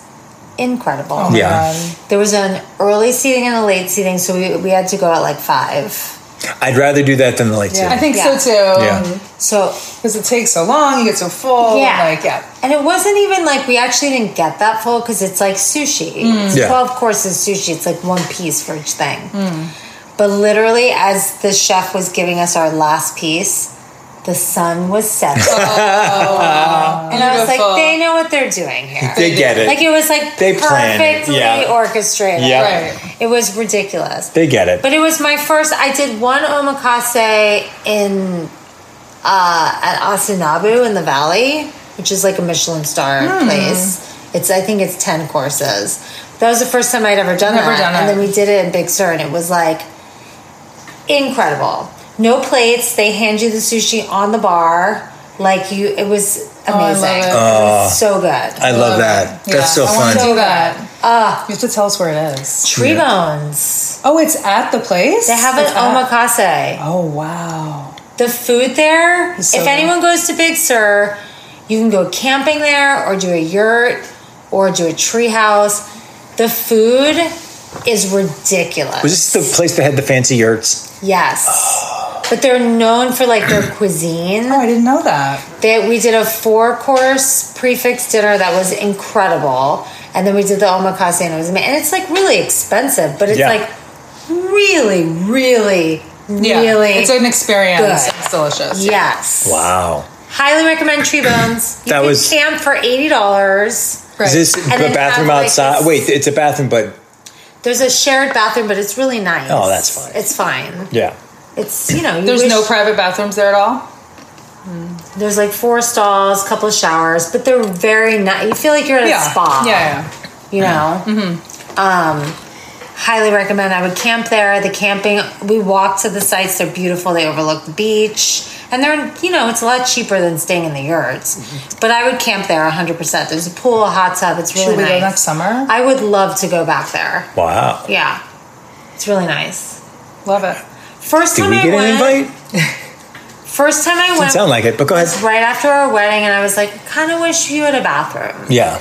incredible. Oh my Yeah. God. There was an early seating and a late seating, so we, we had to go at like five. I'd rather do that than the late I yeah. think Yeah. so too. Yeah. So Because it takes so long, you get so full. Yeah. Like yeah. And it wasn't even like we actually didn't get that full because it's like sushi. It's Yeah. 12 courses sushi. It's like one piece for each thing. Mm. But literally, as the chef was giving us our last piece, the sun was setting. and I was Beautiful. like, they know what they're doing here. They get it. like it was like They planned it, perfectly yeah. orchestrated. Yeah. Right. It was ridiculous. they get it. But it was my first. I did one omakase in uh, at Asinabu in the Valley, which is like a Michelin star Hmm. place. It's I think it's ten courses. That was the first time I'd ever done Never that, done and it. then we did it in Big Sur, and it was like incredible. No plates. They hand you the sushi on the bar. Like you, it was Oh, I love amazing. it. it. was so good. Ah. I love that. Yeah. That's so I wanna fun. do that. Ah, You have to tell us where it is. tree Yeah. bones. Oh, it's at the place. They have an It's at- omakase. Oh wow. The food there, It's so if good. anyone goes to Big Sur, you can go camping there or do a yurt or do a tree house. The food is ridiculous. Was this Oh. the place that had the fancy yurts? yes. But they're known for like their cuisine. Oh, I didn't know that. They, we did a four course prefix dinner that was incredible. And then we did the omakase and it was amazing. And it's like really expensive, but it's Yeah. like really, really, Yeah. really. It's an experience. good. It's delicious. yes. Wow. Highly recommend Tree Bones. You That can was- camp for eighty dollars. Right. Is this And a then bathroom have, like, outside? this- Wait, it's a bathroom, but There's a shared bathroom, but it's really nice. Oh, that's fine. It's fine. yeah. It's you know you There's wish- no private bathrooms there at all. there's like four stalls, couple of showers, but they're very nice. You feel like you're at a Yeah. Mm-hmm. spa. Yeah. yeah. You know. Um, Highly recommend. I would camp there. The camping, we walked to the sites. They're beautiful. They overlook the beach. And they're, you know, it's a lot cheaper than staying in the yurts. Mm-hmm. But I would camp there 100%. There's a pool, a hot tub. It's really Should we nice. go next summer? I would love to go back there. Wow. Yeah. It's really nice. Love it. First Did time we I get an went, invite? First time I Doesn't went sound like it, but go ahead. was right after our wedding and I was like, kind of wish you had a bathroom. Yeah.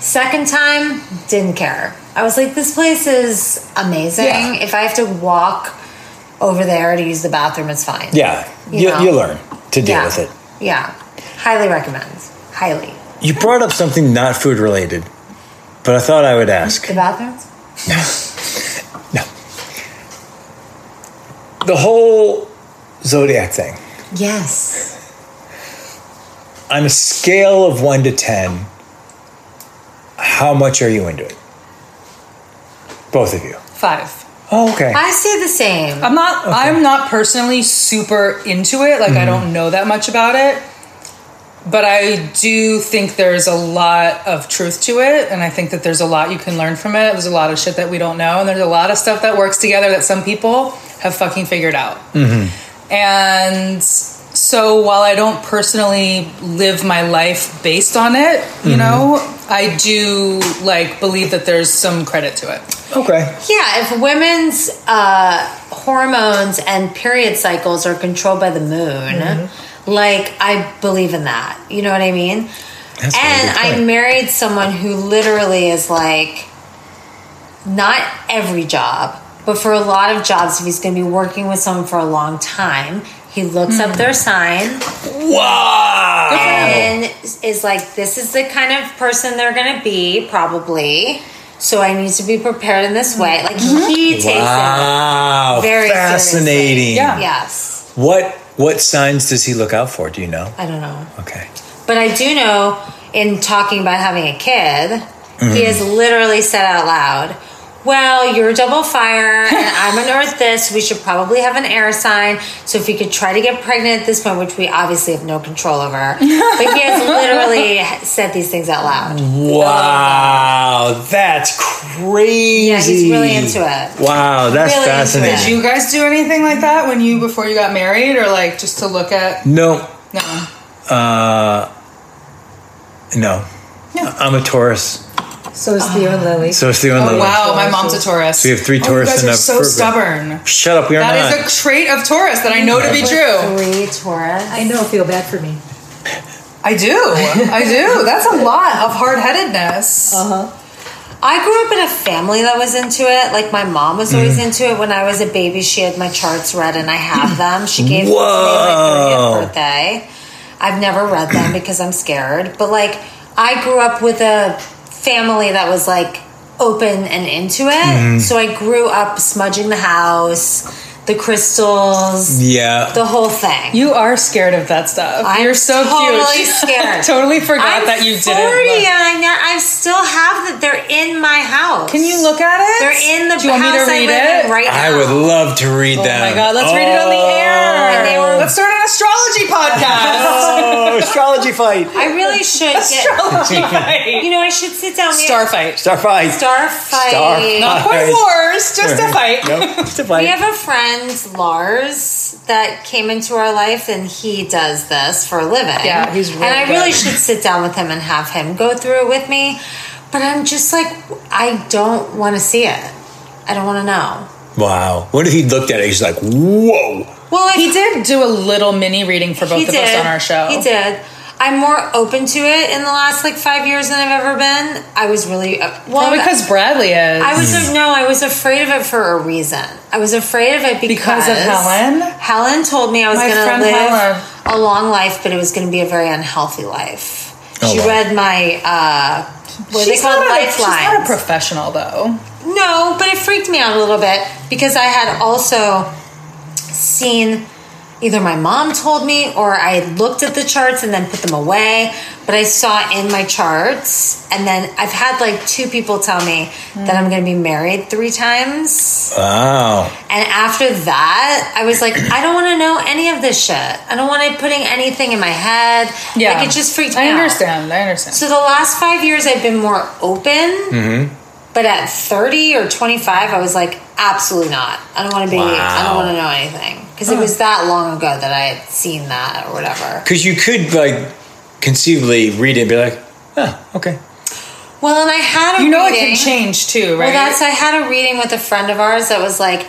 Second time, didn't care. I was like, this place is amazing. Yeah. If I have to walk over there to use the bathroom, it's fine. Yeah. You, You know. you learn to deal Yeah. with it. Yeah. Highly recommend. Highly. You brought up something not food related, but I thought I would ask. The bathrooms? No. The whole zodiac thing. Yes. On a scale of one to ten, how much are you into it? Both of you. Five. Oh, okay. I say the same. I'm not. I'm not personally super into it. Like I don't know that much about it, but I do think there's a lot of truth to it, and I think that there's a lot you can learn from it. There's a lot of shit that we don't know, and there's a lot of stuff that works together that some people have fucking figured out. And so, while I don't personally live my life based on it, you know, I do like believe that there's some credit to it. okay. Yeah, if women's uh, hormones and period cycles are controlled by the moon, Mm-hmm. like I believe in that. You know what I mean? That's a really and good I point. married someone who literally is like, not every job, but for a lot of jobs, if he's going to be working with someone for a long time, he looks Mm. up their sign Wow. and is like, this is the kind of person they're going to be, probably. So I need to be prepared in this way. Like he takes it. Wow. Very Fascinating. seriously. Yeah. Yes. What what signs does he look out for? Do you know? I don't know. Okay. But I do know in talking about having a kid, Mm-hmm. he has literally said out loud, Well, you're a double fire and I'm an earth this. We should probably have an air sign. So if we could try to get pregnant at this point, which we obviously have no control over, but he has literally said these things out loud. Wow. That's crazy. Yeah, he's really into it. Wow, that's Really into fascinating. it. Do you guys do anything like that when you before you got married, or like just to look at? No, No. Uh, no. I'm a Taurus, So is Theo and Lily. so it's the only one. Oh wow, my mom's a Taurus. So you have three Taurus Oh, you guys and are a so Virgo. stubborn. Shut up, we are That not. is a trait of Taurus that I know to be true. Three Taurus. I know, feel bad for me. I do. I do. That's a lot of hard headedness. I grew up in a family that was into it. Like my mom was always into it. When I was a baby, she had my charts read, and I have them. She gave them to me on Whoa. my 30th birthday. I've never read them because I'm scared. But like, I grew up with a family that was like open and into it. So I grew up smudging the house, the crystals, yeah. the whole thing. You are scared of that stuff. I'm You're so totally cute. scared. totally forgot I'm that you 40 didn't. look. and I, know- I still have that. They're in my house. Can you look at it? They're in the Do you want me house I to read live it? in right now. I would love to read Oh them. Oh. my god, let's read it on the air. And they were- let's start an astrology podcast. Oh, astrology fight. I really should get. astrology fight. You know, I should sit down. We- Star fight. Star fight. Star fight. Star Not quite Fight. wars, just a fight. Nope, it's a We fight. have a friend, Lars, that came into our life, and he does this for a living. Yeah, he's really And I good. really should sit down with him and have him go through it with me. But I'm just like, I don't want to see it. I don't want to know. wow. What if he looked at it? He's like, whoa. Well, if He did do a little mini reading for both he of did. us on our show. He did. I'm more open to it in the last like five years than I've ever been. I was really uh, well Well, because Bradley is. I was no, I was afraid of it for a reason. I was afraid of it because, Because of Helen? Helen told me I was My going to friend live a Helen. long life, but it was going to be a very unhealthy life. Oh, she wow. read my uh, what are they she's, not called a, she's not a lifelines. professional, though. no, but it freaked me out a little bit because I had also seen either my mom told me or I had looked at the charts and then put them away. But I saw in my charts, and then I've had like two people tell me that I'm going to be married three times. Wow. And after that, I was like, I don't want to know any of this shit. I don't want it putting anything in my head. Yeah. Like it just freaked me I out. understand. I understand. So the last five years, I've been more open But at 30 or 25, I was like, absolutely not. I don't want to be, I Wow. don't want to know anything. Because it was that long ago that I had seen that or whatever. Because you could like conceivably read it and be like, oh, okay. Well, and I had a You know it reading. can change too, right? Well, that's I had a reading with a friend of ours that was like,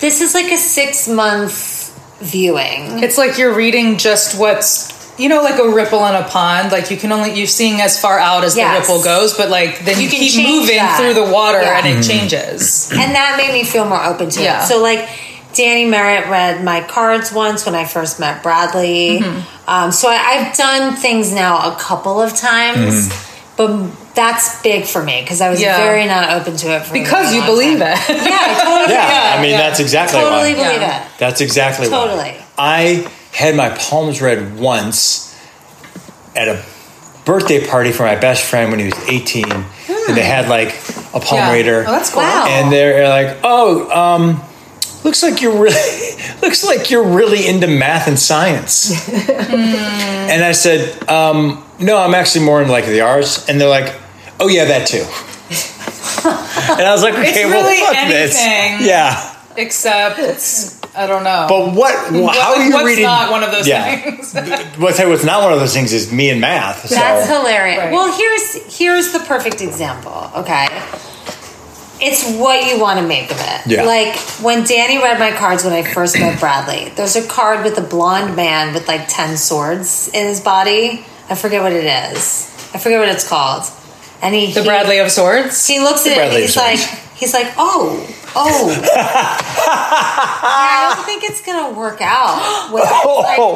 this is like a six month viewing. it's like you're reading just what's you know, like a ripple in a pond. Like you can only you're seeing as far out as Yes. the ripple goes, but like then You you, can keep change moving that. through the water Yeah. and it Mm-hmm. changes. and that made me feel more open to Yeah. it. So like Danny Merritt read my cards once when I first met Bradley. Mm-hmm. Um, so I, I've done things now a couple of times, Mm-hmm. but that's big for me because I was Yeah. very not open to it for a Because really you long believe time. it. Yeah, I totally, Yeah, I mean yeah. that's exactly totally why. believe Yeah. it. That's exactly Totally. why. I had my palms read once at a birthday party for my best friend when he was 18, and they had like a palm Yeah. reader. Oh, that's cool. Wow. and they're like, "Oh, um, looks like you're really looks like you're really into math and science." and I said, um, "No, I'm actually more into like the arts." And they're like, "Oh yeah, that too." and I was like, "Okay, well, really fuck this." anything. Yeah, Except it's I don't know. but what? how are you what's reading? not one of those Yeah. things? What's, what's not one of those things is me and math. So. That's hilarious. Right. Well, here's here's the perfect example. Okay, it's what you want to make of it. Yeah. Like when Danny read my cards when I first met Bradley. There's a card with a blonde man with like ten swords in his body. I forget what it is. I forget what it's called. And he the he- Bradley of Swords. He looks at it and Bradley he's like, swords. he's like, oh, oh. yeah, I don't think it's gonna work out. With Oh.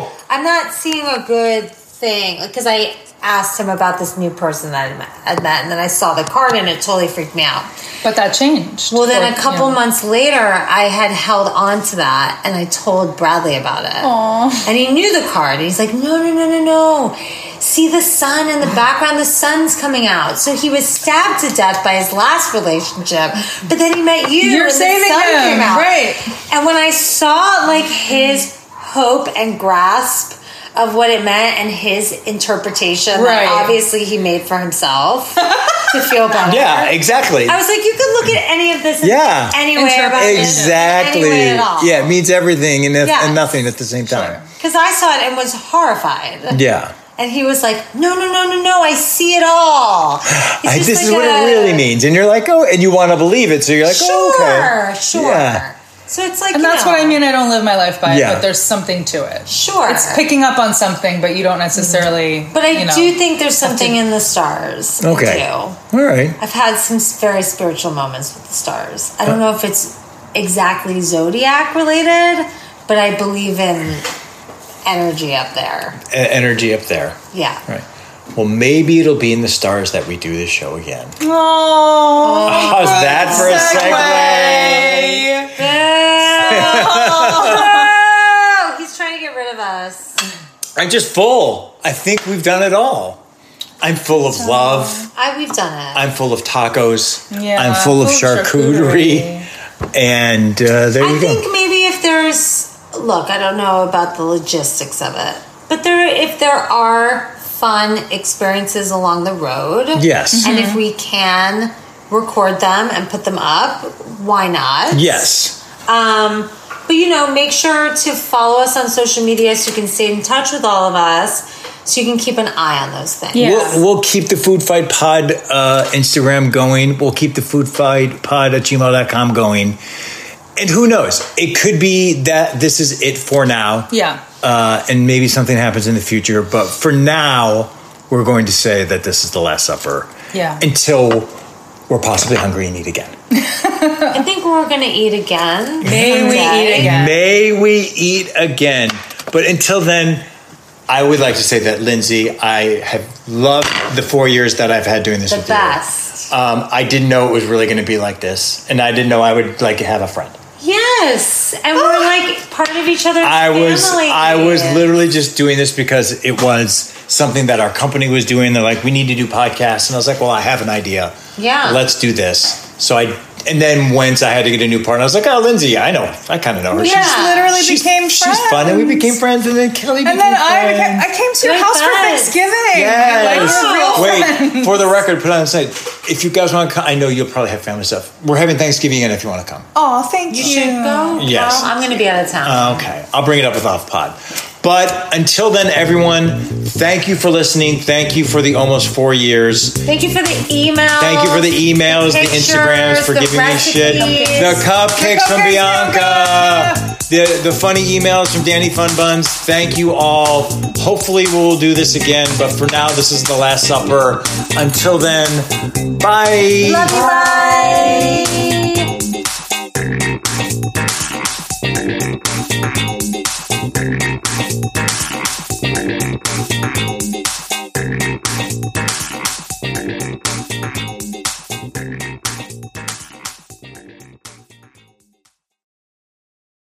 like, I'm not seeing a good thing because I asked him about this new person that I met, I met, and then I saw the card and it totally freaked me out. But that changed. Well, then Or, a couple yeah. months later, I had held on to that and I told Bradley about it. Aw. And he knew the card. He's like, no, no, no, no, no. See the sun in the background, the sun's coming out. So he was stabbed to death by his last relationship, but then he met you. You're and the saving sun him, came out. right. And when I saw like his hope and grasp of what it meant and his interpretation Right. that obviously he made for himself to feel better. Yeah, exactly. I was like, you could look at any of this in Yeah. any way Interpret- about it. Exactly. Any way at all. Yeah, it means everything and, if, Yeah. and nothing at the same time. Because I saw it and was horrified. Yeah. And he was like, no, no, no, no, no, I see it all. He's I, just this is like what a- it really means. And you're like, oh, and you want to believe it. So you're like, Sure, oh, okay. sure. Yeah. So it's like, And you that's know, what I mean. I don't live my life by Yeah. it, but there's something to it. Sure. It's picking up on something, but you don't necessarily. but I you know. do think there's something in the stars. I Okay. do. All right. I've had some s- very spiritual moments with the stars. I don't know if it's exactly zodiac related, but I believe in energy up there. E- energy up there. Yeah. Right. Well, maybe it'll be in the stars that we do this show again. Oh, How's that for a segue? segue. Oh, he's trying to get rid of us. I'm just full. I think we've done it all. I'm full of love. I we've done it. I'm full of tacos. Yeah, I'm full of full of charcuterie. And uh, there I you think go. maybe if there's look, I don't know about the logistics of it, but there if there are fun experiences along the road, Yes. and Mm-hmm. if we can record them and put them up, why not? Yes. Um, but you know, make sure to follow us on social media so you can stay in touch with all of us, so you can keep an eye on those things. Yeah. We'll, we'll keep the Food Fight Pod uh, Instagram going. We'll keep the Food Fight Pod at gmail.com going. And who knows? It could be that this is it for now. Yeah. Uh, and maybe something happens in the future. But for now, we're going to say that this is the Last Supper. Yeah. Until we're possibly hungry and eat again. I think we're gonna eat again. May we someday. eat again. May we eat again. But until then, I would like to say that, Lindsay, I have loved the four years that I've had doing this The with best. you. Um, I didn't know it was really going to be like this, and I didn't know I would like have a friend. Yes, and we're like part of each other's I was family. I was literally just doing this because it was something that our company was doing. They're like, we need to do podcasts, and I was like, well, I have an idea. Yeah. let's do this. So I and then once I had to get a new partner, I was like, oh, Lindsay, I know, I kind of know her. We She's- just literally she's, became friends. She's fun, and we became friends, and then Kelly became And then I, friends. became, I came to your Like house for that. Thanksgiving. I like Yes. we're real friends. Wait, for the record, put it on the site. If you guys want to come, I know you'll probably have family stuff. We're having Thanksgiving in if you want to come. Aw, thank you. go. Yes. Um, Well, I'm going to be out of town. Okay, I'll bring it up with Off Pod. But until then, everyone, thank you for listening. Thank you for the almost four years. Thank you for the email. Thank you for the emails, the, pictures, Instagrams, for the giving me shit. recipes. The cupcakes The from cupcakes Bianca. The, the funny emails from Danny Fun Buns. Thank you all. Hopefully, we'll do this again. But for now, this is the Last Supper. Until then, bye. Love you, bye.